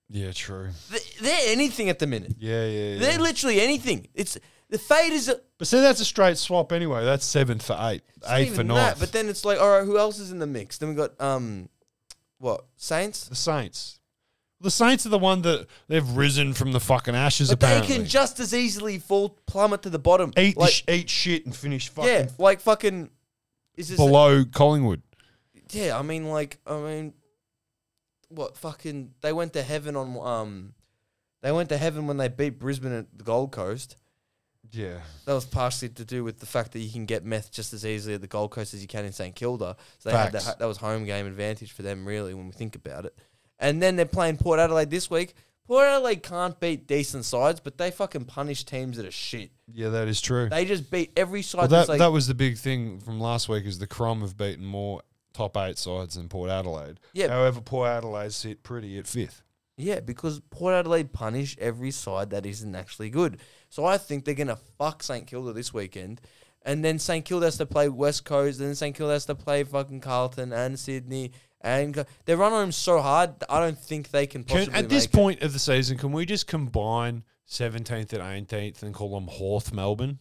S9: Yeah, true.
S10: Th- They're anything at the minute.
S9: Yeah, yeah, yeah.
S10: They're literally anything. It's the faders. Are,
S9: but see, that's a straight swap anyway. That's seven for eight,
S10: not
S9: eight for
S10: even
S9: nine.
S10: that, But then it's like, all right, who else is in the mix? Then we got um, what Saints?
S9: The Saints. the Saints are the one that they've risen from the fucking ashes.
S10: But
S9: apparently,
S10: they can just as easily fall plummet to the bottom.
S9: Eat the
S10: like,
S9: sh- eat shit and finish fucking
S10: yeah, like fucking. Is this
S9: below Collingwood.
S10: yeah, I mean, like, I mean, what fucking? They went to heaven on um, they went to heaven when they beat Brisbane at the Gold Coast.
S9: Yeah.
S10: That was partially to do with the fact that you can get meth just as easily at the Gold Coast as you can in St Kilda. So they had
S9: Facts.
S10: that, that was home game advantage for them, really, when we think about it. And then they're playing Port Adelaide this week. Port Adelaide can't beat decent sides, but they fucking punish teams that are shit.
S9: Yeah, that is true.
S10: They just beat every side.
S9: Well,
S10: that's
S9: that,
S10: like,
S9: that was the big thing from last week is the Crom have beaten more top eight sides than Port Adelaide.
S10: Yeah.
S9: However, Port Adelaide sit pretty at fifth.
S10: Yeah, because Port Adelaide punish every side that isn't actually good. So I think they're going to fuck St Kilda this weekend. And then St Kilda has to play West Coast, and then St Kilda has to play fucking Carlton and Sydney. And go- they run on them so hard, that I don't think they can
S9: Can-
S10: possibly
S9: at this
S10: make it.
S9: point of the season, can we just combine 17th and 18th and call them Horth Melbourne?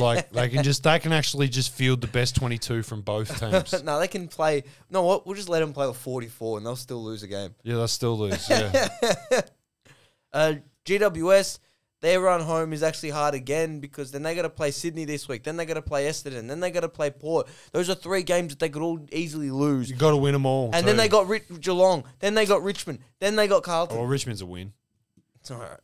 S9: like they can just they can actually just field the best 22 from both teams.
S10: no, they can play. No, what? We'll just let them play with 44, and they'll still lose a game.
S9: Yeah, they still lose. Yeah.
S10: Uh, GWS, their run home is actually hard again because then they got to play Sydney this week, then they got to play Essendon, then they got to play Port. Those are three games that they could all easily lose.
S9: You got to win them all.
S10: And then
S9: too.
S10: they got Ri- Geelong. Then they got Richmond. Then they got Carlton.
S9: Well, Richmond's a win.
S10: It's all right.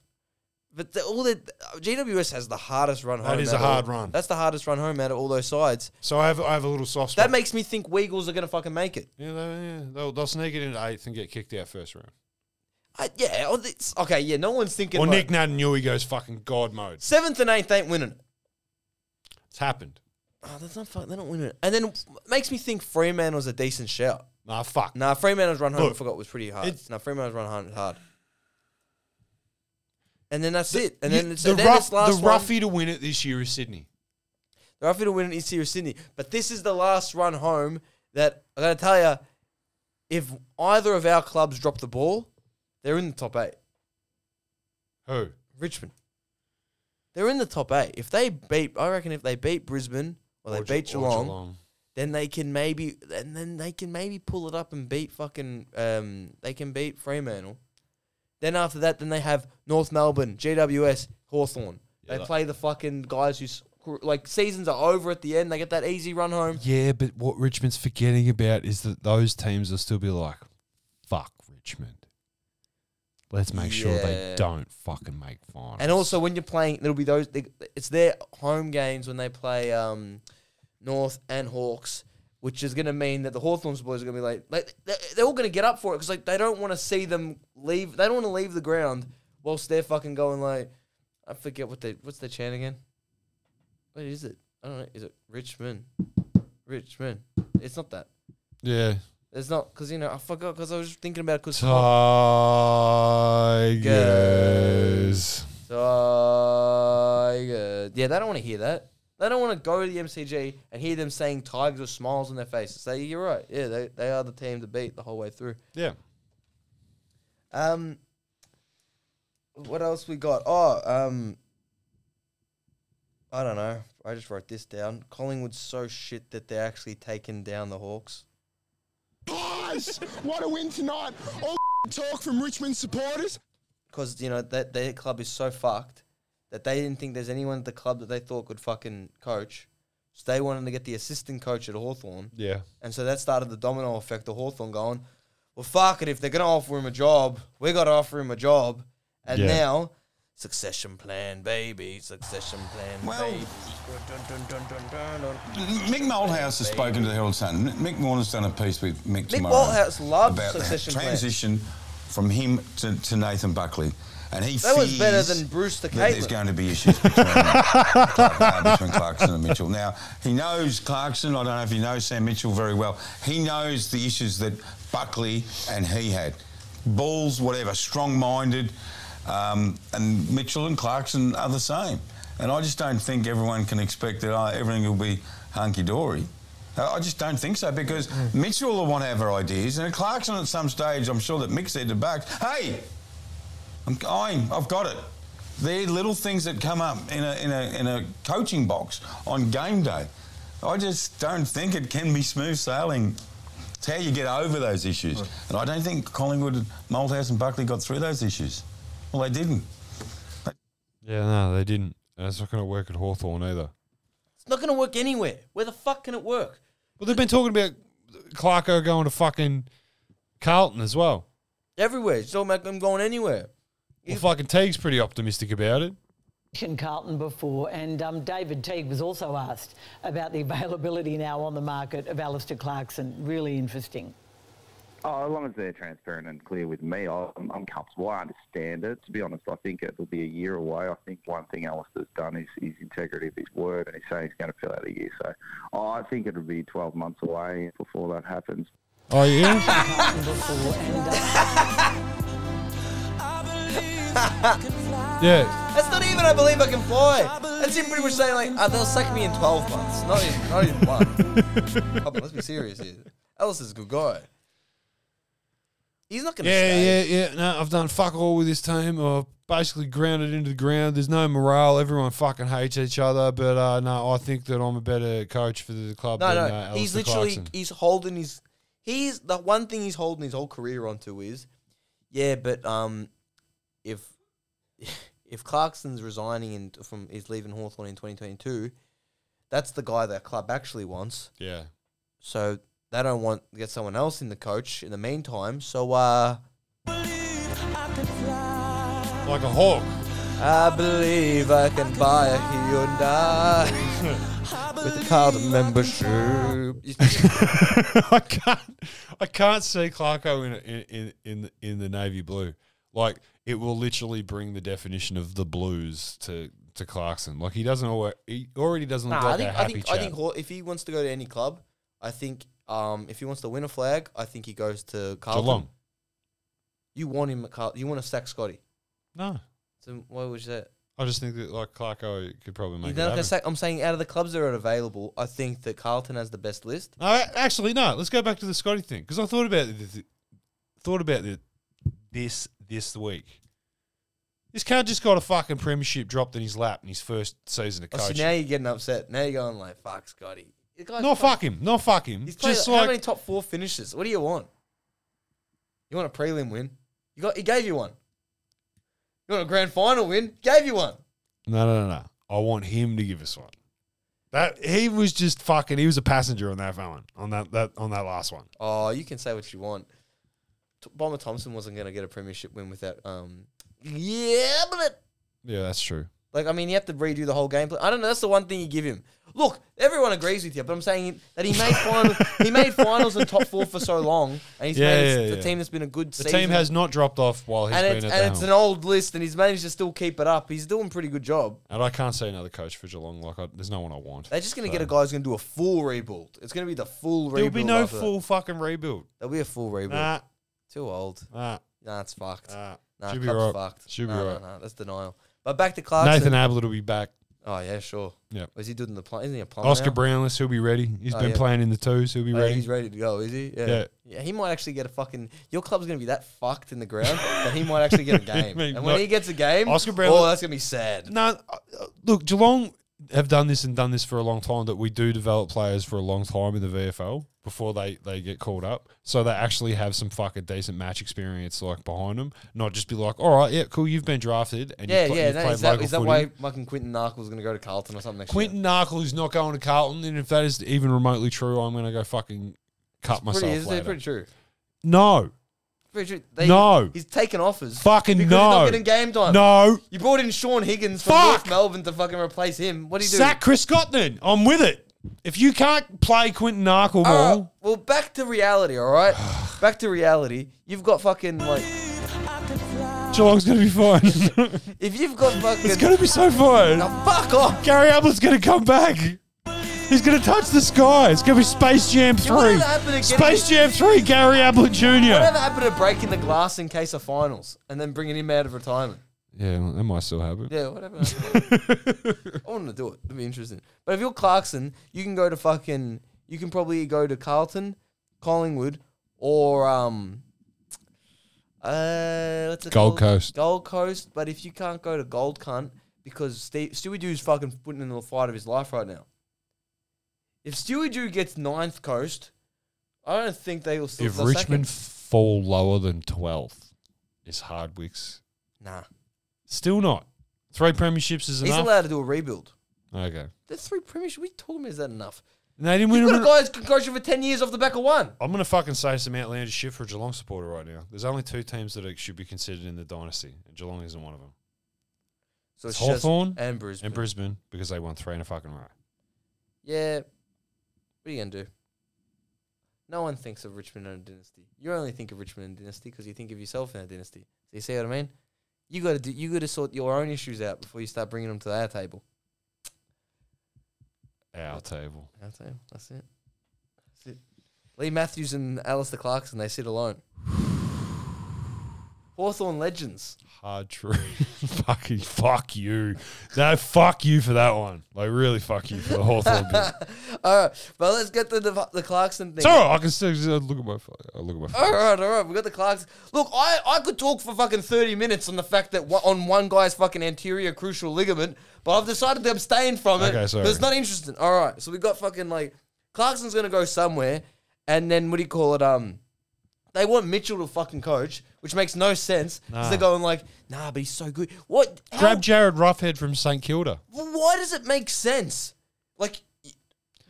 S10: But the, all the GWS has the hardest run
S9: That
S10: home.
S9: is
S10: out
S9: a
S10: of
S9: hard
S10: all-
S9: run.
S10: That's the hardest run home out of all those sides.
S9: So I have I have a little soft
S10: That makes me think Weagles are going to fucking make it.
S9: Yeah, they, yeah they'll, they'll sneak it into eighth and get kicked out first round.
S10: I, yeah. oh, it's- okay. Yeah. No one's thinking.
S9: Or
S10: like-
S9: Nick Natanui goes fucking god mode.
S10: Seventh and eighth ain't winning. it.
S9: It's happened.
S10: Oh, that's not fun. They don't win it. And then it makes me think Fremantle's a decent shout.
S9: Nah, fuck.
S10: Nah, Fremantle's run home.
S9: Look,
S10: I forgot was pretty hard.
S9: it's-
S10: Nah, Fremantle's run home is hard. And then that's it. And
S9: You-
S10: then it's
S9: the
S10: and then
S9: rough,
S10: it's last
S9: the
S10: one.
S9: roughie to win it this year is Sydney.
S10: They're happy to win in East or Sydney. But this is the last run home that I gotta tell you, if either of our clubs drop the ball, they're in the top eight.
S9: Who?
S10: Richmond. They're in the top eight. If they beat, I reckon if they beat Brisbane or they
S9: Or Ge-
S10: beat
S9: or
S10: Geelong,
S9: Geelong.
S10: then they can maybe and then they can maybe pull it up and beat fucking um they can beat Fremantle. Then after that, then they have North Melbourne, GWS, Hawthorn.
S9: Yeah,
S10: they
S9: that-
S10: play the fucking guys who's like seasons are over at the end. They get that easy run home.
S9: Yeah, but what Richmond's forgetting about is that those teams will still be like, fuck Richmond. Let's make sure they
S10: Yeah.
S9: don't fucking make finals.
S10: And also, when you're playing, it'll be those. They, it's their home games when they play um, North and Hawks, which is going to mean that the Hawthorns boys are going to be like, like they're, they're all going to get up for it because like they don't want to see them leave. They don't want to leave the ground whilst they're fucking going like, I forget what they what's their chant again. What is it? I don't know. Is it Richmond? Richmond. It's not that.
S9: yeah.
S10: It's not because you know I forgot because I was just thinking about because
S9: Tigers.
S10: Tigers. Yeah, they don't want to hear that. They don't want to go to the MCG and hear them saying Tigers with smiles on their faces. So you're right. Yeah, they, they are the team to beat the whole way through.
S9: Yeah.
S10: Um, what else we got? Oh, um, I don't know. I just wrote this down. Collingwood's so shit that they're actually taking down the Hawks.
S18: Guys, what a win tonight. All talk from Richmond supporters.
S10: because you know that their club is so fucked that they didn't think there's anyone at the club that they thought could fucking coach. So they wanted to get the assistant coach at Hawthorn.
S9: Yeah.
S10: And so that started the domino effect of Hawthorn going, well, fuck it. If they're going to offer him a job, we got to offer him a job. And
S7: Yeah.
S10: now, succession plan, baby. Succession plan,
S12: Well-
S10: baby. Dun, dun, dun, dun, dun, dun.
S12: Mick Malthouse has spoken to the Herald Sun. Mick Warner's done a piece with Mick,
S10: Mick
S12: tomorrow
S10: Malthouse loves
S12: about
S10: succession
S12: the
S10: plan.
S12: transition from him to, to Nathan Buckley, and he
S10: That was better
S12: fears
S10: than Bruce the
S12: that There's
S10: Caitlin.
S12: going to be issues between, Clark- uh, between Clarkson and Mitchell. Now he knows Clarkson. I don't know if he knows Sam Mitchell very well. He knows the issues that Buckley and he had. Balls, whatever, strong-minded, um, and Mitchell and Clarkson are the oh, same. And I just don't think everyone can expect that uh, everything will be hunky dory. Uh, I just don't think so because Mitchell will want to have her ideas, and Clarkson at some stage, I'm sure that Mick said to Bucks, "Hey, I'm, I'm, I've got it." They're little things that come up in a, in a in a coaching box on game day. I just don't think it can be smooth sailing. It's how you get over those issues, and I don't think Collingwood, Malthouse, and Buckley got through those issues. Well, they didn't.
S9: Yeah, no, they didn't. And it's not going to work at Hawthorn either.
S10: It's not going to work anywhere. Where the fuck can it work?
S9: Well, they've been talking about Clarko going to fucking Carlton as well.
S10: Everywhere. It's talking about them going anywhere.
S9: Well, fucking Teague's pretty optimistic about it.
S1: mentioned Carlton before, and um, David Teague was also asked about the availability now on the market of Alistair Clarkson. Really interesting.
S2: Oh, as long as they're transparent and clear with me, I- I'm, I'm comfortable. I understand it. To be honest, I think it'll be a year away. I think one thing Alistair's done is his integrity of his word, and he's saying he's going to fill out a year. So I think it'll be 12 months away before that happens.
S9: Oh, yeah? yeah.
S10: That's not even I believe I can fly. That's him pretty much saying like, ah, they'll sack me in 12 months. Not even, not even one. Come on, let's be serious here. Ellis is a good guy. He's not going to
S9: Yeah,
S10: stay.
S9: yeah, yeah. No, I've done fuck all with this team. I've basically grounded into the ground. There's no morale. Everyone fucking hates each other. But uh, no, I think that I'm a better coach for the club
S10: No,
S9: than
S10: no.
S9: uh,
S10: he's
S9: Alistair
S10: literally
S9: Clarkson.
S10: he's holding his he's the one thing he's holding his whole career onto is yeah, but um if if Clarkson's resigning and from is leaving Hawthorn in 2022, that's the guy that club actually wants.
S9: Yeah.
S10: So they don't want to get someone else in the coach in the meantime. So uh
S9: like a hawk.
S10: I believe I can buy a Hyundai with a Carlton membership.
S9: I can't. I can't see Clarko in in in in the, in the navy blue. Like it will literally bring the definition of the blues to to Clarkson. Like he doesn't alwa He already doesn't look
S10: Nah,
S9: like
S10: I think
S9: a
S10: I
S9: happy
S10: think
S9: chap.
S10: I think Haw- if he wants to go to any club, I think um, if he wants to win a flag, I think he goes to Carlton.
S9: Geelong.
S10: You want him at Carlton. You want to sack Scotty.
S9: No.
S10: So why was that?
S9: I just think that like Clarko could probably
S10: You're
S9: make.
S10: not
S9: It
S10: gonna
S9: happen.
S10: sack, I'm saying out of the clubs that are available, I think that Carlton has the best list.
S9: No, a- actually, no. Let's go back to the Scotty thing because I thought about th- th- thought about it this this week. This cunt just got a fucking premiership dropped in his lap in his first season of
S10: Oh,
S9: coaching.
S10: so now you're getting upset. Now you're going like, fuck Scotty. The guy's
S9: no,
S10: fucking-
S9: fuck him. No, fuck him.
S10: He's played
S9: Just
S10: how
S9: like
S10: many top four finishes? What do you want? You want a prelim win? You got. He gave you one. You want a grand final win? Gave you one.
S9: No, no, no, no. I want him to give us one. That he was just fucking. He was a passenger on that one, on that that on that last one.
S10: Oh, you can say what you want. T- Bomber Thompson wasn't going to get a premiership win without. Um, yeah, but it-
S9: Yeah, that's true.
S10: like I mean, you have to redo the whole game plan. I don't know. That's the one thing you give him. Look, everyone agrees with you, but I'm saying that he made finals. he made finals and top four for so long, and he's
S9: yeah,
S10: managed
S9: yeah,
S10: the
S9: yeah.
S10: team that's been a good
S9: The
S10: season.
S9: team has not dropped off while he's
S10: and
S9: been
S10: it's,
S9: at
S10: and
S9: the
S10: it's
S9: helm.
S10: an old list, and he's managed to still keep it up. He's doing a pretty good job.
S9: and I can't see another coach for Geelong. Like, I, there's no one I want.
S10: They're just going to
S9: So-
S10: get a guy who's going to do a full rebuild. It's going to be the full
S9: There'll
S10: rebuild.
S9: be no
S10: after that.
S9: full fucking rebuild.
S10: There'll be a full rebuild.
S9: Nah.
S10: Too old.
S9: Nah.
S10: Nah, it's fucked.
S9: Nah.
S10: Nah,
S9: Should be
S10: club's
S9: right.
S10: fucked.
S9: Should be
S10: Nah, nah,
S9: right.
S10: nah, that's denial. But back to Clarkson.
S9: Nathan Ablett will be back.
S10: Oh, yeah, sure.
S9: Yeah.
S10: Is he doing the plum? Isn't he a plumber?
S9: Oscar
S10: now?
S9: Brownless, he'll be ready. He's
S10: Oh,
S9: been
S10: yeah.
S9: playing in the twos. He'll be
S10: Oh,
S9: ready.
S10: He's ready to go, is he? Yeah. yeah.
S9: Yeah.
S10: he might actually get a fucking. Your club's going to be that fucked in the ground that he might actually get a game.
S9: Maybe
S10: and when
S9: not.
S10: he gets a game,
S9: Oscar
S10: oh,
S9: Brownless-
S10: that's going to be sad.
S9: No, uh, uh, look, Geelong have done this and done this for a long time. That we do develop players for a long time in the VFL before they they get called up, so they actually have some fucking decent match experience like behind them. Not just be like, all right, yeah, cool, you've been drafted and
S10: Yeah,
S9: you've, pl-
S10: yeah.
S9: you've
S10: That,
S9: played
S10: is that,
S9: local
S10: is that
S9: footy."
S10: why fucking Quentin Narkle's going to go to Carlton or something next year?
S9: Quentin Narkle is not going to Carlton, and if that is even remotely true, I'm going to go fucking cut myself.
S10: Pretty, is
S9: later.
S10: pretty true.
S9: No.
S10: Pretty true. They,
S9: No.
S10: He's taken offers.
S9: Fucking
S10: because
S9: no.
S10: He's not getting game time.
S9: No.
S10: You brought in Sean Higgins from North Melbourne to fucking replace him. What do you do?
S9: Sack Chris Scotland. I'm with it. If you can't play Quentin
S10: All
S9: Narkle,
S10: right,
S9: well,
S10: well, back to reality, all right? back to reality. You've got fucking, like,
S9: Geelong's going to be fine.
S10: if you've got fucking.
S9: It's gonna be so fun.
S10: fuck off.
S9: Gary Ablett's gonna come back. He's gonna touch the sky. It's gonna be Space Jam
S10: Yeah, whatever
S9: Three.
S10: happened to getting-
S9: Space Jam Three. Gary Ablett Jr.
S10: Whatever happened to breaking the glass in case of finals and then bringing him out of retirement?
S9: Yeah, well, that might still happen.
S10: Yeah, whatever. happened to that? I want to do it. It'd be interesting. But if you're Clarkson, you can go to fucking you can probably go to Carlton, Collingwood, or um, uh, what's it called?
S9: Gold Coast.
S10: Gold Coast. But if you can't go to Gold Cunt because Steve, Stewie Dew's fucking putting in the fight of his life right now. If Stewie Dew gets ninth coast, I don't think they will still.
S9: If Richmond fall lower than 12th, is Hardwick's.
S10: Nah.
S9: Still not. Three premierships is
S10: he's
S9: enough.
S10: allowed to do a rebuild.
S9: okay.
S10: The three premiers, we told him is that enough?
S9: And they didn't
S10: You've
S9: win
S10: got
S9: a-
S10: a guy who's been coaching for ten years off the back of one.
S9: I'm going to fucking say some outlandish shit for a Geelong supporter right now. There's only two teams that are, should be considered in the dynasty, and Geelong isn't one of them.
S10: So
S9: it's
S10: it's just
S9: Hawthorn
S10: and Brisbane.
S9: and Brisbane because they won three in a fucking row.
S10: Yeah. What are you gonna do? No one thinks of Richmond and a dynasty. You only think of Richmond and dynasty because you think of yourself in a dynasty. So you see what I mean? You gotta do. You gotta sort your own issues out before you start bringing them to our table.
S9: Our table.
S10: Our table. That's it. That's it. Lee Matthews and Alistair Clarkson. They sit alone. Hawthorn legends.
S9: Hard true. fucking fuck you. No, fuck you for that one. Like really, fuck you for the Hawthorn bit.
S10: all right, but let's get to the the Clarkson thing.
S9: It's all right. I can still I look at my. phone. I look at my. phone.
S10: All right, all right. We got the Clarks. Look, I, I could talk for fucking thirty minutes on the fact that one, on one guy's fucking anterior crucial ligament, but I've decided to abstain from it.
S9: Okay, sorry.
S10: It's not interesting. All right, so we got fucking like Clarkson's gonna go somewhere, and then what do you call it? Um, they want Mitchell to fucking coach, which makes no sense because
S9: Nah.
S10: they're going like, nah, but he's so good. What? How,
S9: Grab Jared Roughhead from St Kilda.
S10: why does it make sense? Like,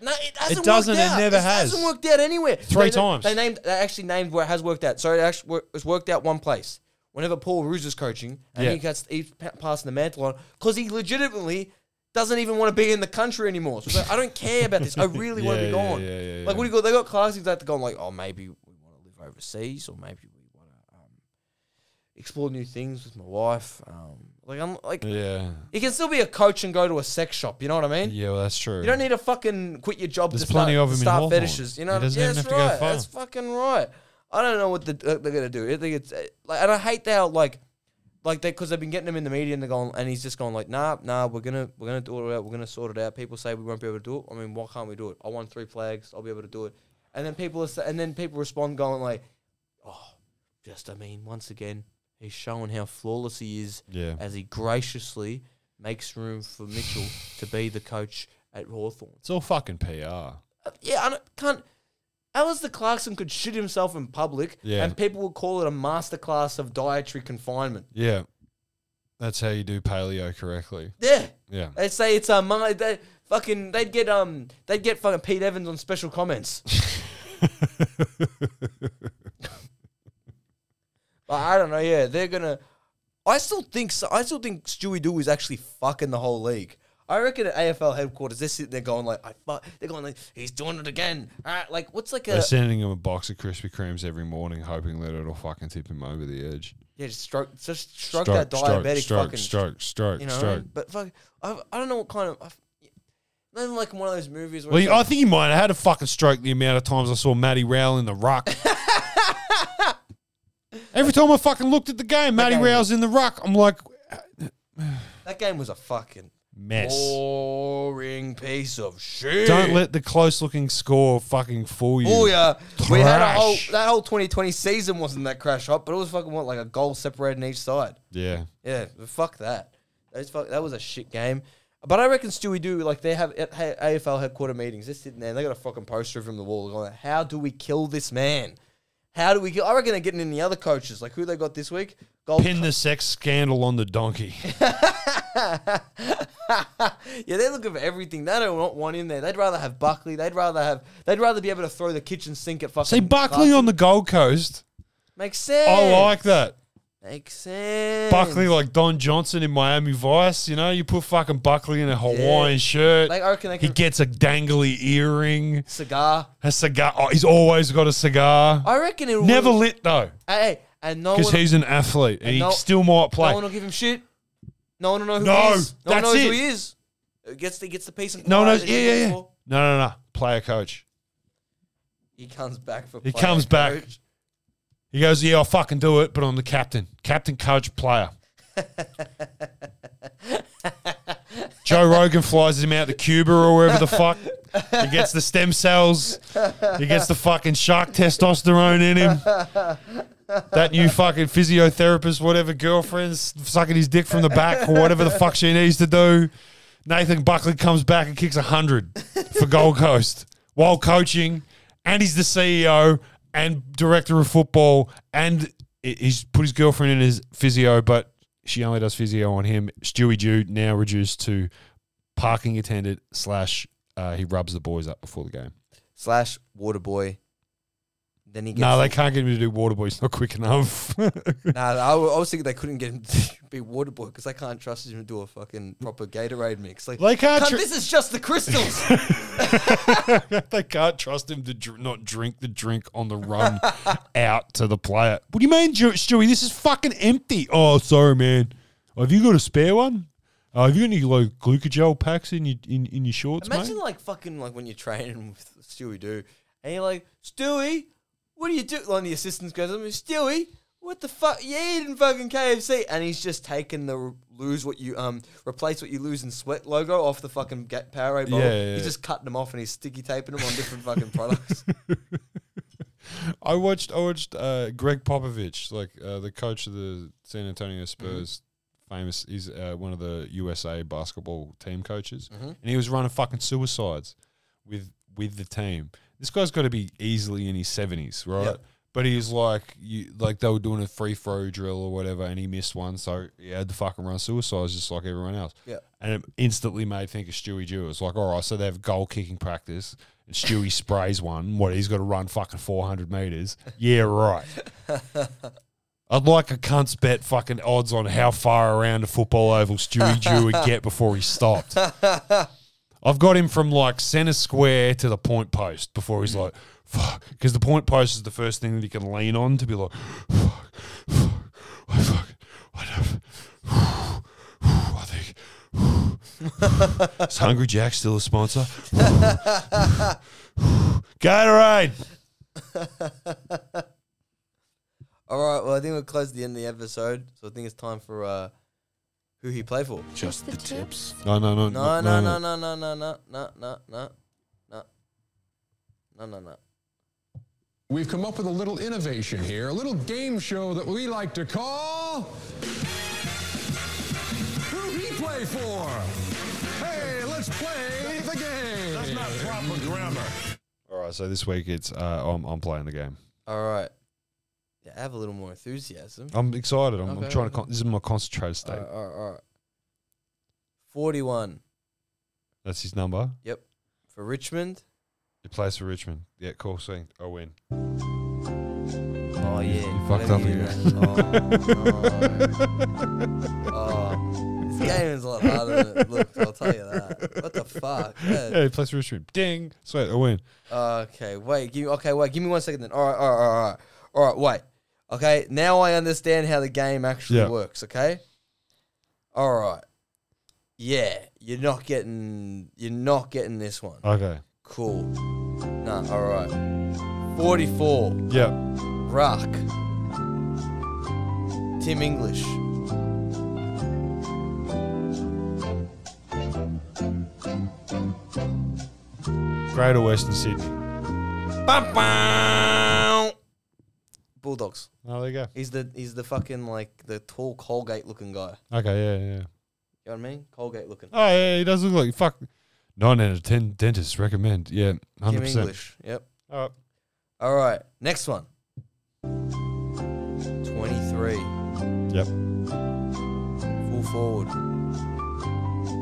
S10: no, it hasn't.
S9: doesn't,
S10: Worked
S9: it
S10: out.
S9: never
S10: It
S9: has.
S10: hasn't worked out anywhere.
S9: Three
S10: They- they-
S9: times.
S10: They named. They actually named where it has worked out. So it actually wor- it's worked out one place. Whenever Paul Roos is coaching, and
S9: Yeah.
S10: he gets he's pa- passing the mantle on because he legitimately doesn't even want to be in the country anymore. So he's like, I don't care about this. I really want to
S9: Yeah,
S10: be
S9: yeah,
S10: gone.
S9: yeah, yeah, yeah.
S10: Like what do you call? They got classes that they go like, oh maybe we want to live overseas or maybe we want to um, explore new things with my wife. Um, like I'm like
S9: Yeah.
S10: you can still be a coach and go to a sex shop. You know what I mean?
S9: Yeah, well, that's true.
S10: You don't need to fucking quit your job.
S9: There's
S10: to start,
S9: plenty of 'em in
S10: start
S9: Hawthorn.
S10: fetishes. You know,
S9: He doesn't
S10: yeah,
S9: even
S10: that's
S9: have to go
S10: right.
S9: far.
S10: That's fucking right. I don't know what the, uh, they're gonna do. I think it's uh, like, and I hate how like, like they because they've been getting him in the media and they're going, and he's just going like, nah, nah, we're gonna we're gonna do it out. We're gonna sort it out. People say we won't be able to do it. I mean, why can't we do it? I won three flags. I'll be able to do it. And then people are, sa- and then people respond going like, oh, just I mean, once again, he's showing how flawless he is
S9: Yeah.
S10: as he graciously makes room for Mitchell to be the coach at Hawthorn. Uh,
S9: It's all fucking PR.
S10: Yeah, I don't- can't. Alistair Clarkson could shit himself in public,
S9: Yeah.
S10: and people would call it a masterclass of dietary confinement.
S9: Yeah. That's how you do paleo correctly.
S10: Yeah,
S9: Yeah.
S10: They'd say it's a ma- they fucking. They'd get um. They'd get fucking Pete Evans on special comments. But I don't know. Yeah, they're gonna. I still think. So, I still think Stewie Doo is actually fucking the whole league. I reckon at AFL headquarters, they're sitting there going like, I fuck. They're going like, he's doing it again. All right, like what's like a
S9: They're sending him a box of Krispy Kremes every morning, hoping that it'll fucking tip him over the edge.
S10: yeah, just stroke, just stroke,
S9: Stroke,
S10: that
S9: stroke,
S10: diabetic
S9: stroke,
S10: fucking
S9: stroke, stroke,
S10: you know. what I
S9: stroke.
S10: mean? But fuck, I, I don't know what kind of. I've, nothing like one of those movies. Where
S9: Well,
S10: it's
S9: you-
S10: like-
S9: I think he might have had a fucking stroke the amount of times I saw Matty Rowell in the ruck. Every time I fucking looked at the game, Matty Rowell's in the ruck. I'm like,
S10: that game was a fucking
S9: Mess.
S10: Oh, boring piece of shit.
S9: don't let the close looking score fucking fool you.
S10: Oh yeah, we had a whole
S9: Trash.
S10: that whole 2020 season wasn't that crash hot, but it was fucking what like a goal separating each side.
S9: Yeah.
S10: Yeah, but fuck that. That's fuck, that was a shit game. But I reckon Stewie do like they have at ha- AFL headquarter meetings. They're sitting there, and they got a fucking poster from the wall going, "How do we kill this man? How do we kill?" I reckon they're getting in the other coaches. Like who they got this week? Gold.
S9: Pin the sex scandal on the donkey.
S10: Yeah, they're looking for everything. They don't want one in there. They'd rather have Buckley. They'd rather have. They'd rather be able to throw the kitchen sink at fucking.
S9: See, Buckley on the Gold Coast.
S10: makes sense.
S9: I like that.
S10: Makes sense.
S9: Buckley like Don Johnson in Miami Vice. You know, you put fucking Buckley in a Hawaiian
S10: Yeah.
S9: shirt.
S10: Like, I reckon they
S9: he gets a dangly earring,
S10: cigar.
S9: a cigar. Oh, he's always got a cigar.
S10: I reckon it
S9: Never
S10: will-
S9: lit though,
S10: Hey, and no
S9: because
S10: one-
S9: he's an athlete and, he
S10: no-
S9: still might play.
S10: No one will give him shit. No one will know who
S9: No,
S10: he is. No
S9: that's
S10: one knows who
S9: it.
S10: he is. It gets the gets the piece of
S9: no, no,
S10: quiet that
S9: yeah,
S10: he
S9: yeah,
S10: did
S9: yeah. No,
S10: before.
S9: no, no. Player coach.
S10: He comes back for.
S9: He
S10: player
S9: comes back.
S10: coach.
S9: He goes, yeah, I'll fucking do it, but I'm the captain, captain, coach, player. Joe Rogan flies him out to Cuba or wherever the fuck. He gets the stem cells. He gets the fucking shark testosterone in him. That new fucking physiotherapist, whatever, girlfriend's sucking his dick from the back or whatever the fuck she needs to do. Nathan Buckley comes back and kicks 100 for Gold Coast while coaching, and he's the CEO and director of football, and he- he's put his girlfriend in his physio, but she only does physio on him. Stewie Jew now reduced to parking attendant slash uh, he rubs the boys up before the game.
S10: Slash water boy. Then he gets
S9: No, they can't get him to do water boy. He's not quick enough.
S10: nah, I wa- I was thinking they couldn't get him to be water boy because they can't trust him to do a fucking proper Gatorade mix. Like,
S9: They can't
S10: "Cunt,
S9: tr-
S10: this is just the crystals.
S9: they can't trust him to dr- not drink the drink on the run out to the player. What do you mean, Ju- Stewie? This is fucking empty. Oh, sorry, man. Oh, Have you got a spare one? Uh, have you got any like glucogel packs in your in, in your shorts, mate?
S10: Imagine like fucking like when you're training with Stewie Do, and you're like, Stewie, what do you do? Like the assistant goes, up, Stewie, what the fuck? Yeah, eating fucking KFC, and he's just taking the re- lose what you um replace what you lose in sweat logo off the fucking ga- Powerade bottle.
S9: Yeah, yeah,
S10: he's
S9: yeah.
S10: just cutting them off and he's sticky taping them on different fucking products.
S9: I watched I watched uh, Greg Popovich, like uh, the coach of the San Antonio Spurs,
S10: Mm-hmm.
S9: famous. He's uh, one of the USA basketball team coaches,
S10: Mm-hmm.
S3: Mhm.
S9: and he was running fucking suicides with with the team. This guy's got to be easily in his seventies, right?
S3: Yep.
S9: But he's like, you, like they were doing a free throw drill or whatever, and he missed one, so he had to fucking run suicides just like everyone else.
S3: Yeah.
S9: and it instantly made think of Stewie Jew. It's like, all right, so they have goal kicking practice, and Stewie sprays one. What he's got to run fucking four hundred meters. Yeah, right. I'd like a cunt's bet fucking odds on how far around the football oval Stewie Jew would get before he stopped. I've got him from like centre square to the point post before he's like, fuck. Because the point post is the first thing that he can lean on to be like, fuck, fuck, I fuck, I think. Is Hungry Jack still a sponsor? Gatorade.
S10: All right, well I think we'll close the end of the episode, so I think it's time for uh who he played for. Just the tips.
S9: No, no, no,
S10: no,
S9: no,
S10: no,
S9: no.
S10: no, no, no, no, no, no, no, no, no, no, no, no.
S6: We've come up with a little innovation here, a little game show that we like to call. Who he play for? Hey, let's play the game. That's not proper grammar.
S9: All right, so this week it's uh, I'm, I'm playing the game.
S10: All right. Yeah, have a little more enthusiasm.
S9: I'm excited. I'm,
S10: Okay, Uh,
S9: I'm trying
S10: okay.
S9: to. Con- this is my concentrated state.
S10: All right, all right, all right. 41.
S9: That's his number.
S10: Yep. For Richmond.
S9: He plays for Richmond. Yeah, cool. Sing. I win.
S10: Oh, yeah.
S9: You fucked up
S10: Whatever you Oh,
S9: again.
S10: do. Oh, this game is a lot harder than it looks, I'll tell you that. What the fuck? Yeah.
S9: Yeah, he plays for Richmond. Ding. Sweet. I win.
S10: Okay, wait. Give me, okay, wait. Give me one second then. All right, all right, all right, all right. Wait. Okay, now I understand how the game actually
S9: Yeah.
S10: works. Okay. All right. Yeah, you're not getting. You're not getting this one.
S9: Okay.
S10: Cool. Nah. All right. Forty-four.
S9: Yeah.
S10: Rock. Tim English.
S9: Greater Western Sydney.
S10: Bulldogs.
S9: Oh, there you go.
S10: He's the he's the fucking like the tall Colgate looking guy.
S9: Okay. Yeah. Yeah.
S10: You know what I mean? Colgate looking.
S9: Oh, yeah. He does look like fuck. Nine out of ten dentists recommend. Yeah. Hundred
S10: Kim
S9: percent.
S10: English. Yep.
S9: All right.
S10: All right. Next one. 23.
S9: Yep.
S10: Full forward.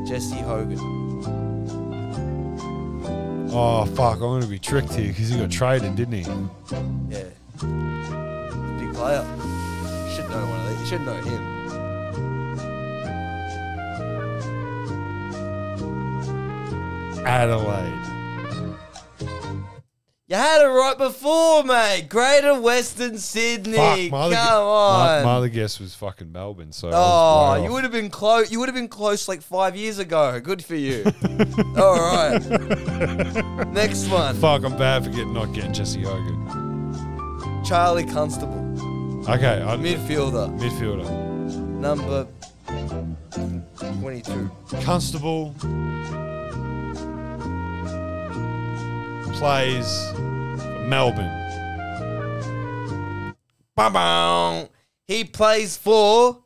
S10: Jesse Hogan.
S9: Oh fuck! I'm gonna be tricked here because he got traded, didn't he?
S10: Yeah. Big player. Should know one of these. Should know him.
S9: Adelaide.
S10: You had it right before, mate. Greater Western Sydney.
S9: Fuck, my
S10: Come
S9: other, gu-
S10: on.
S9: My, my other guess was fucking Melbourne. So I was
S10: Oh,
S9: way
S10: you
S9: off.
S10: would have been close. You would have been close like five years ago. Good for you. All right. Next one.
S9: Fuck, I'm bad for getting not getting Jesse Hogan.
S10: Charlie Constable,
S9: Okay, I,
S10: midfielder,
S9: midfielder.
S10: number 22.
S9: Constable plays Melbourne.
S10: Bum, bum. He plays for.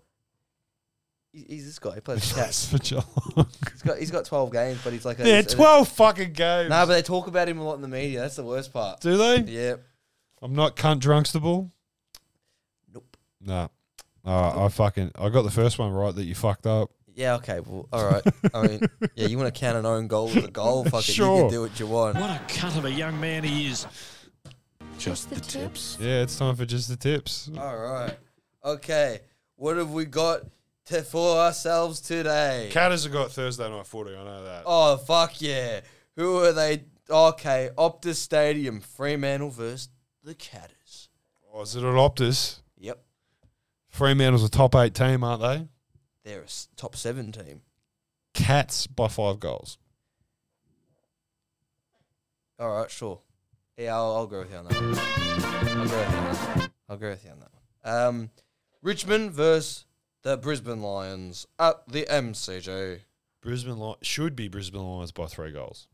S10: he- He's this guy. He plays for Cats.
S9: For Geelong.
S10: He's got, he's got 12 games, but he's like. a-
S9: Yeah,
S10: he's a-
S9: 12 fucking games.
S10: No, but they talk about him a lot in the media. That's the worst part.
S9: Do they?
S10: Yeah.
S9: I'm not cunt drunkstable. Nope. No. Uh, I fucking I got the first one right that you fucked up.
S10: Yeah, okay. Well, all right. I mean, yeah, you want to count an own goal as a goal? Fuck it. You
S9: Sure.
S10: can do what you want.
S3: What a cut of a young man he is. Just the, tips.
S9: Yeah, it's time for just the tips.
S10: All right. Okay. What have we got to, for ourselves today?
S9: Catters have got Thursday night footy. I know that.
S10: Oh, fuck yeah. Who are they? Okay. Optus Stadium, Fremantle versus the Catters.
S9: Oh, is it at Optus?
S10: Yep.
S9: Fremantle's a top eight team, aren't they?
S10: They're a s- top seven team.
S9: Cats by five goals.
S10: All right, sure. Yeah, I'll, I'll go with you on that. I'll go with you on that. I'll go with you on that. one. Um, Richmond versus the Brisbane Lions at the MCG.
S9: Brisbane Lions should be Brisbane Lions by three goals.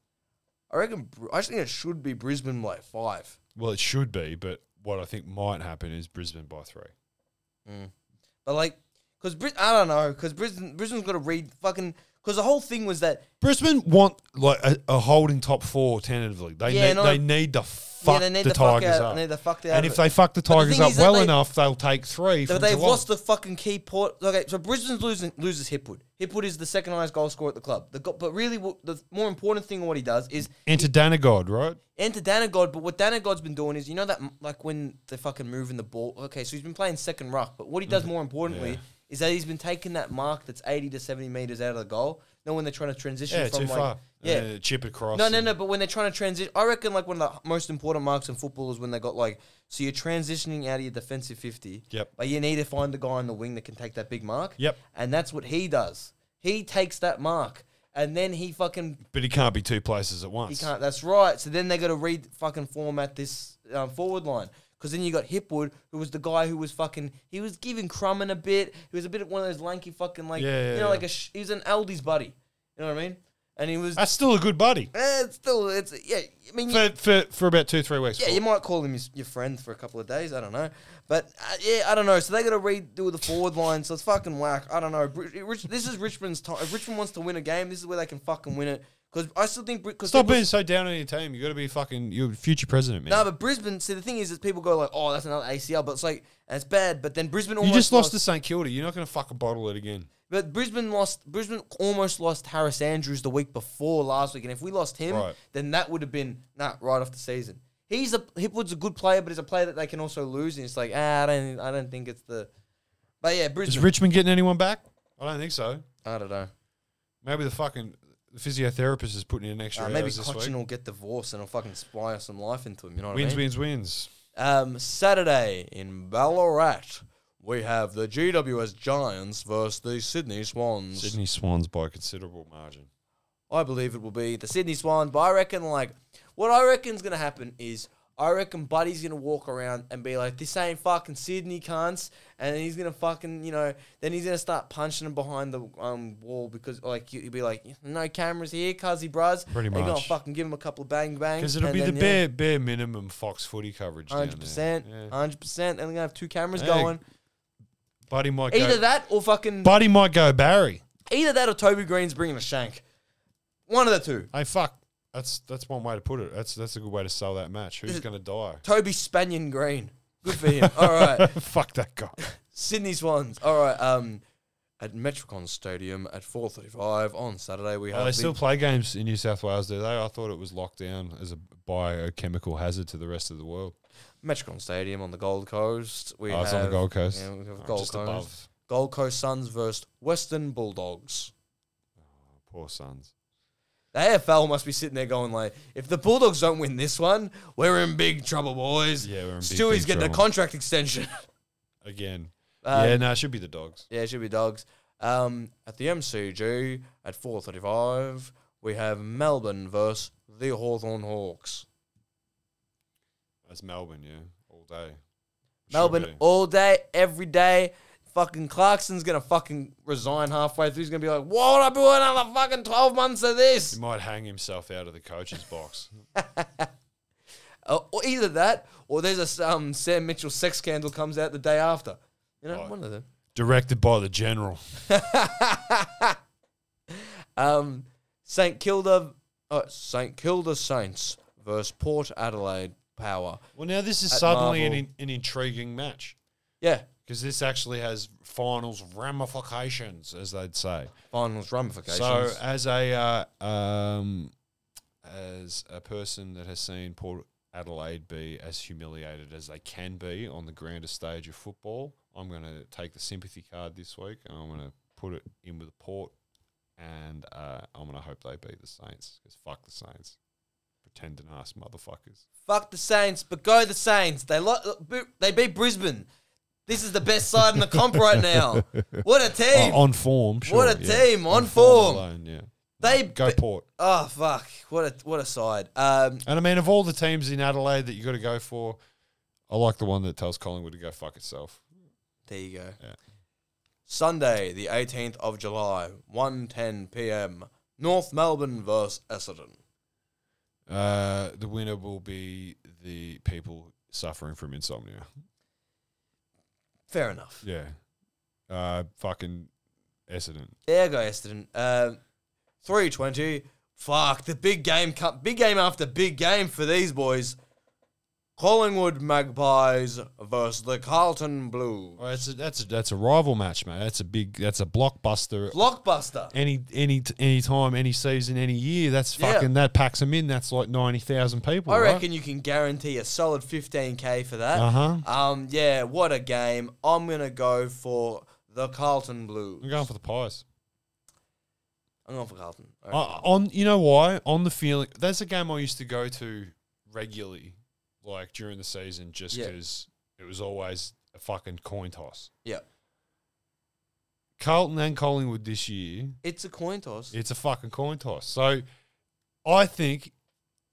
S10: I reckon. Br- I just think it should be Brisbane by five.
S9: Well, it should be, but what I think might happen is Brisbane by three.
S10: Mm. But like, because Bris- I don't know, because Brisbane Brisbane's got to read fucking. Because the whole thing was that
S9: Brisbane want like a, a holding top four tentatively. They
S10: Yeah,
S9: need,
S10: no.
S9: they need to fuck
S10: they need
S9: the
S10: to fuck
S9: Tigers
S10: out-
S9: up.
S10: they need to fuck the out
S9: and
S10: of
S9: if
S10: it.
S9: they fuck the
S10: But the
S9: Tigers
S10: thing
S9: up
S10: is that
S9: well
S10: they-
S9: enough, they'll take three.
S10: But
S9: from
S10: they've
S9: Geelong.
S10: lost the fucking key port. Okay, so Brisbane's losing loses Hipwood. Hipwood is the second highest goal scorer at the club. The go- but really, what, the more important thing of what he does is
S9: Enter Danagod, right?
S10: enter Danagod. But what Danagod's been doing is, you know that m- like when they're fucking moving the ball. Okay, so he's been playing second ruck. But what he does more importantly
S9: Mm-hmm. Yeah.
S10: is that he's been taking that mark that's eighty to seventy meters out of the goal. Now when they're trying to transition
S9: Yeah,
S10: from
S9: too
S10: like
S9: far.
S10: yeah,
S9: And then chip across
S10: No, no,
S9: and-
S10: no. But when they're trying to transition, I reckon like one of the most important marks in football is when they got like so you're transitioning out of your defensive fifty.
S9: Yep.
S10: But you need to find the guy on the wing that can take that big mark.
S9: Yep.
S10: And that's what he does. He takes that mark and then he fucking
S9: But he can't be two places at
S10: he
S9: once.
S10: can't. That's right. So then they got to read fucking format this um, forward line because then you got Hipwood, who was the guy who was fucking. He was giving Crumman a bit. He was a bit of one of those lanky fucking like
S9: Yeah, yeah,
S10: you know
S9: yeah.
S10: like a sh- he was an Aldi's buddy. You know what I mean? And he was.
S9: That's still a good buddy.
S10: Eh, it's still it's yeah. I mean,
S9: For, for, for about two, three weeks.
S10: yeah, you might call him your, your friend for a couple of days. I don't know, but uh, yeah, I don't know. So they got to redo the forward line. So it's fucking whack. I don't know. Bri- Rich, this is Richmond's time. If Richmond wants to win a game, this is where they can fucking win it. Because I still think because
S9: Stop being so down on your team. you got to be fucking your future president, man.
S10: No, but Brisbane. See, the thing is, is people go like, "Oh, that's another ACL," but it's like and it's bad. But then Brisbane
S9: you
S10: almost
S9: just lost to St Kilda. You're not going to fucking bottle it again.
S10: But Brisbane lost. Brisbane almost lost Harris Andrews the week before last week, and if we lost him,
S9: Right.
S10: then that would have been nah, right off the season. He's a Hipwood's a good player, but he's a player that they can also lose, and it's like ah, I don't, I don't think it's the. But yeah,
S9: Is
S10: Brisbane.
S9: Richmond getting anyone back? I don't think so.
S10: I don't know.
S9: Maybe the fucking physiotherapist is putting in extra
S10: Uh,
S9: hours
S10: maybe
S9: this week.
S10: Cochin will get divorced and I'll fucking spire some life into him. You know what I
S9: Wins,
S10: mean?
S9: wins, wins.
S10: Um, Saturday in Ballarat, we have the GWS Giants versus the Sydney Swans.
S9: Sydney Swans by a considerable margin.
S10: I believe it will be the Sydney Swans, but I reckon like what I reckon's gonna happen is I reckon Buddy's gonna walk around and be like, "This ain't fucking Sydney cunts," and then he's gonna fucking you know, then he's gonna start punching him behind the um, wall because like he'll be like, "No cameras here, cuzzy bruz."
S9: Pretty
S10: And You're gonna
S9: much.
S10: fucking give him a couple bang bangs
S9: Because it'll
S10: and
S9: be the
S10: then, yeah.
S9: bare bare minimum Fox footy coverage. down there.
S10: Hundred percent,
S9: Yeah.
S10: hundred percent, and they're gonna have two cameras
S9: Hey,
S10: going.
S9: Buddy might
S10: Either
S9: go,
S10: that or fucking
S9: Buddy might go Barry.
S10: Either that or Toby Green's bringing a shank. One of the two.
S9: Hey, fuck. That's that's one way to put it. That's that's a good way to sell that match. Who's going to die?
S10: Toby Spanion Green. Good for him. All right.
S9: Fuck that guy.
S10: Sydney Swans. All right. Um, at Metricon Stadium at 4:35 on Saturday we have.
S9: Oh, they
S10: the-
S9: still play games in New South Wales, do they? I thought it was locked down as a biochemical hazard to the rest of the world.
S10: Metricon Stadium on the Gold Coast. We
S9: Oh,
S10: have,
S9: it's on the Gold Coast.
S10: Yeah, we have
S9: Oh,
S10: Gold
S9: just
S10: Coast.
S9: above.
S10: Gold Coast Suns versus Western Bulldogs.
S9: Poor Suns.
S10: The AFL must be sitting there going like, if the Bulldogs don't win this one, we're in big trouble, boys.
S9: Yeah, we're in big,
S10: Stewie's
S9: big
S10: getting a
S9: trouble.
S10: contract extension.
S9: Again.
S10: Um,
S9: yeah, no, it should be the dogs.
S10: Yeah, it should be dogs. Um, at the MCG at 4:35, we have Melbourne versus the Hawthorn Hawks.
S9: That's Melbourne, yeah, all day. Should
S10: Melbourne
S9: be.
S10: all day, every day. Fucking Clarkson's gonna fucking resign halfway through. He's gonna be like, "What? I do another fucking twelve months of this."
S9: He might hang himself out of the coach's box.
S10: Uh, or either that, or there's a um, Sam Mitchell sex scandal comes out the day after. You know, one of them.
S9: Directed by the general.
S10: Um, St Kilda, uh, St Kilda Saints versus Port Adelaide Power.
S9: Well, now this is
S10: At
S9: suddenly an,
S10: Marvel.
S9: in- an intriguing match.
S10: Yeah.
S9: Because this actually has finals ramifications, as they'd say.
S10: Finals ramifications.
S9: So, as a uh, um, as a person that has seen Port Adelaide be as humiliated as they can be on the grandest stage of football, I'm going to take the sympathy card this week, and I'm going to put it in with Port, and uh, I'm going to hope they beat the Saints because fuck the Saints, pretending ass motherfuckers.
S10: Fuck the Saints, but go the Saints. They lo- they beat Brisbane. This is the best side in the comp right now. What a team!
S9: Uh, on form, sure,
S10: what a
S9: yeah.
S10: team on,
S9: On
S10: form.
S9: form alone, yeah.
S10: They
S9: Go Port.
S10: Oh fuck! What a what a side. Um,
S9: And I mean, of all the teams in Adelaide that you got to go for, I like the one that tells Collingwood to go fuck itself.
S10: There you go. Sunday, the 18th of July, 1.10 p.m. North Melbourne versus Essendon.
S9: Uh, the winner will be the people suffering from insomnia.
S10: Fair enough.
S9: Yeah. Uh, fucking Essendon.
S10: There you go, Essendon. Um, 3.20. Fuck, the big game, co- big game after big game for these boys. Collingwood Magpies versus the Carlton Blues.
S9: Well, that's a, that's a, that's a rival match, mate. That's a big. That's a blockbuster.
S10: Blockbuster.
S9: any any t- any time, any season, any year. That's
S10: Yeah.
S9: fucking that packs them in. That's like ninety thousand people.
S10: I
S9: right?
S10: reckon you can guarantee a solid 15k for that.
S9: Uh-huh.
S10: Um, yeah, what a game. I'm gonna go for the Carlton Blues. I'm
S9: going for the Pies.
S10: I'm going for Carlton. All
S9: I,
S10: right.
S9: on you know why on the feeling that's a game I used to go to regularly, like during the season, just
S10: Yeah.
S9: because it was always a fucking coin toss.
S10: Yeah.
S9: Carlton and Collingwood this year,
S10: It's a coin toss.
S9: it's a fucking coin toss. So I think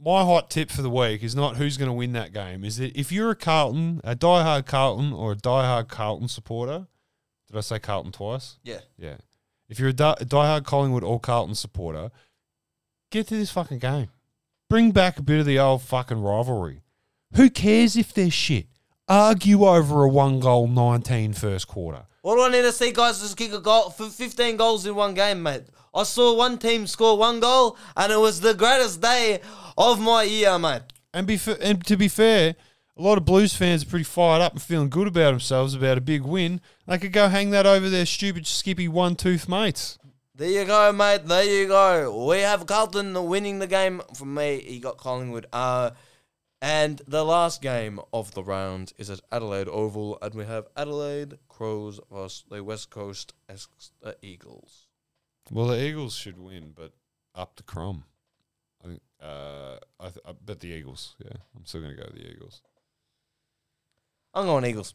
S9: my hot tip for the week is not who's going to win that game. Is that if you're a Carlton, a diehard Carlton or a diehard Carlton supporter, did I say Carlton twice?
S10: Yeah.
S9: Yeah. If you're a di- a diehard Collingwood or Carlton supporter, get to this fucking game. Bring back a bit of the old fucking rivalry. Who cares if they're shit? Argue over a one goal 19 first quarter.
S10: What do I need to see guys just kick a goal for 15 goals in one game, mate? I saw one team score one goal, and it was the greatest day of my year, mate.
S9: And be fa- and to be fair, a lot of Blues fans are pretty fired up and feeling good about themselves about a big win. They could go hang that over their stupid Skippy one tooth mates.
S10: There you go, mate. There you go. We have Carlton winning the game for me. He got Collingwood. Uh, and the last game of the round is at Adelaide Oval, and we have Adelaide Crows versus the West Coast Es- uh, Eagles.
S9: Well, the Eagles should win, but up to Crom. I think. Uh, I, th- I bet the Eagles. Yeah, I'm still gonna go with the Eagles.
S10: I'm going Eagles.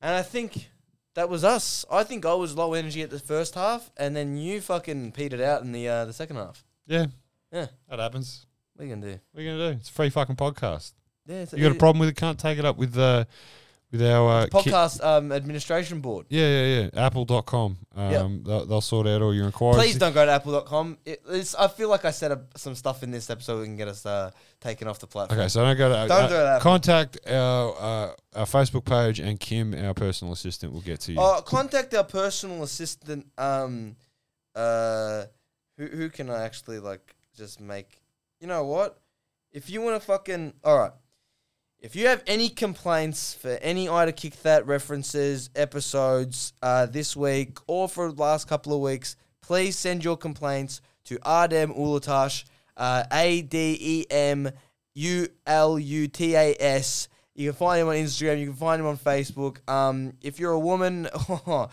S10: And I think that was us. I think I was low energy at the first half, and then you fucking petered out in the uh, the second half.
S9: Yeah.
S10: Yeah.
S9: That happens.
S10: What you gonna do?
S9: What are you gonna do? It's a free fucking podcast.
S10: Yeah, it's-
S9: you got a problem with it? Can't take it up with uh, with our uh, ki-
S10: Podcast um, administration board.
S9: yeah, yeah, yeah. Apple.com. Um,
S10: Yeah.
S9: they'll, they'll sort out all your inquiries.
S10: Please don't go to apple.com. It, it's, I feel like I said uh, some stuff in this episode that can get us uh, taken off the platform.
S9: Okay, so don't go to
S10: Don't
S9: uh,
S10: do that.
S9: Contact our uh, our Facebook page and Kim, our personal assistant, will get to you.
S10: Uh, contact our personal assistant. Um, uh, who who can I actually like just make? You know what? If you want to fucking all right. If you have any complaints for any Ida Kick That references, episodes uh, this week or for the last couple of weeks, please send your complaints to Adem Ulatash, uh, A D E M U L U T A S. You can find him on Instagram, you can find him on Facebook. Um, if you're a woman,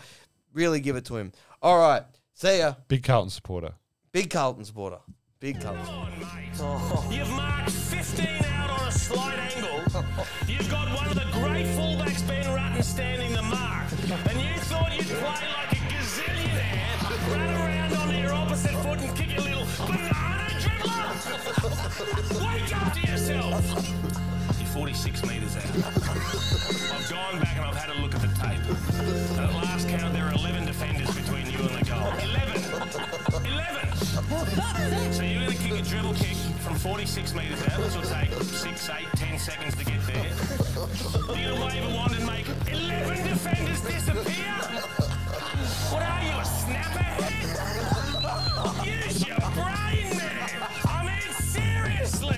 S10: really give it to him. All right, see ya.
S9: Big Carlton supporter.
S10: Big Carlton supporter. Big Carlton.
S23: You've marked 15 out on a slight angle. You've got one of the great fullbacks, Ben Rutten, standing the mark. And you thought you'd play like a gazillionaire, run around onto your opposite foot and kick your little banana
S17: dribbler! Wake up to yourself! You're 46 metres out. I've gone back and I've had a look at the tape. And at last count, there are 11 defenders between you and the goal. 11! 11! So you're going to kick a dribble kick from 46 metres out, which will take 6, 8, 10 seconds to get there. You're going to wave a wand and make 11 defenders disappear? What are you, a snapper? Use your brain!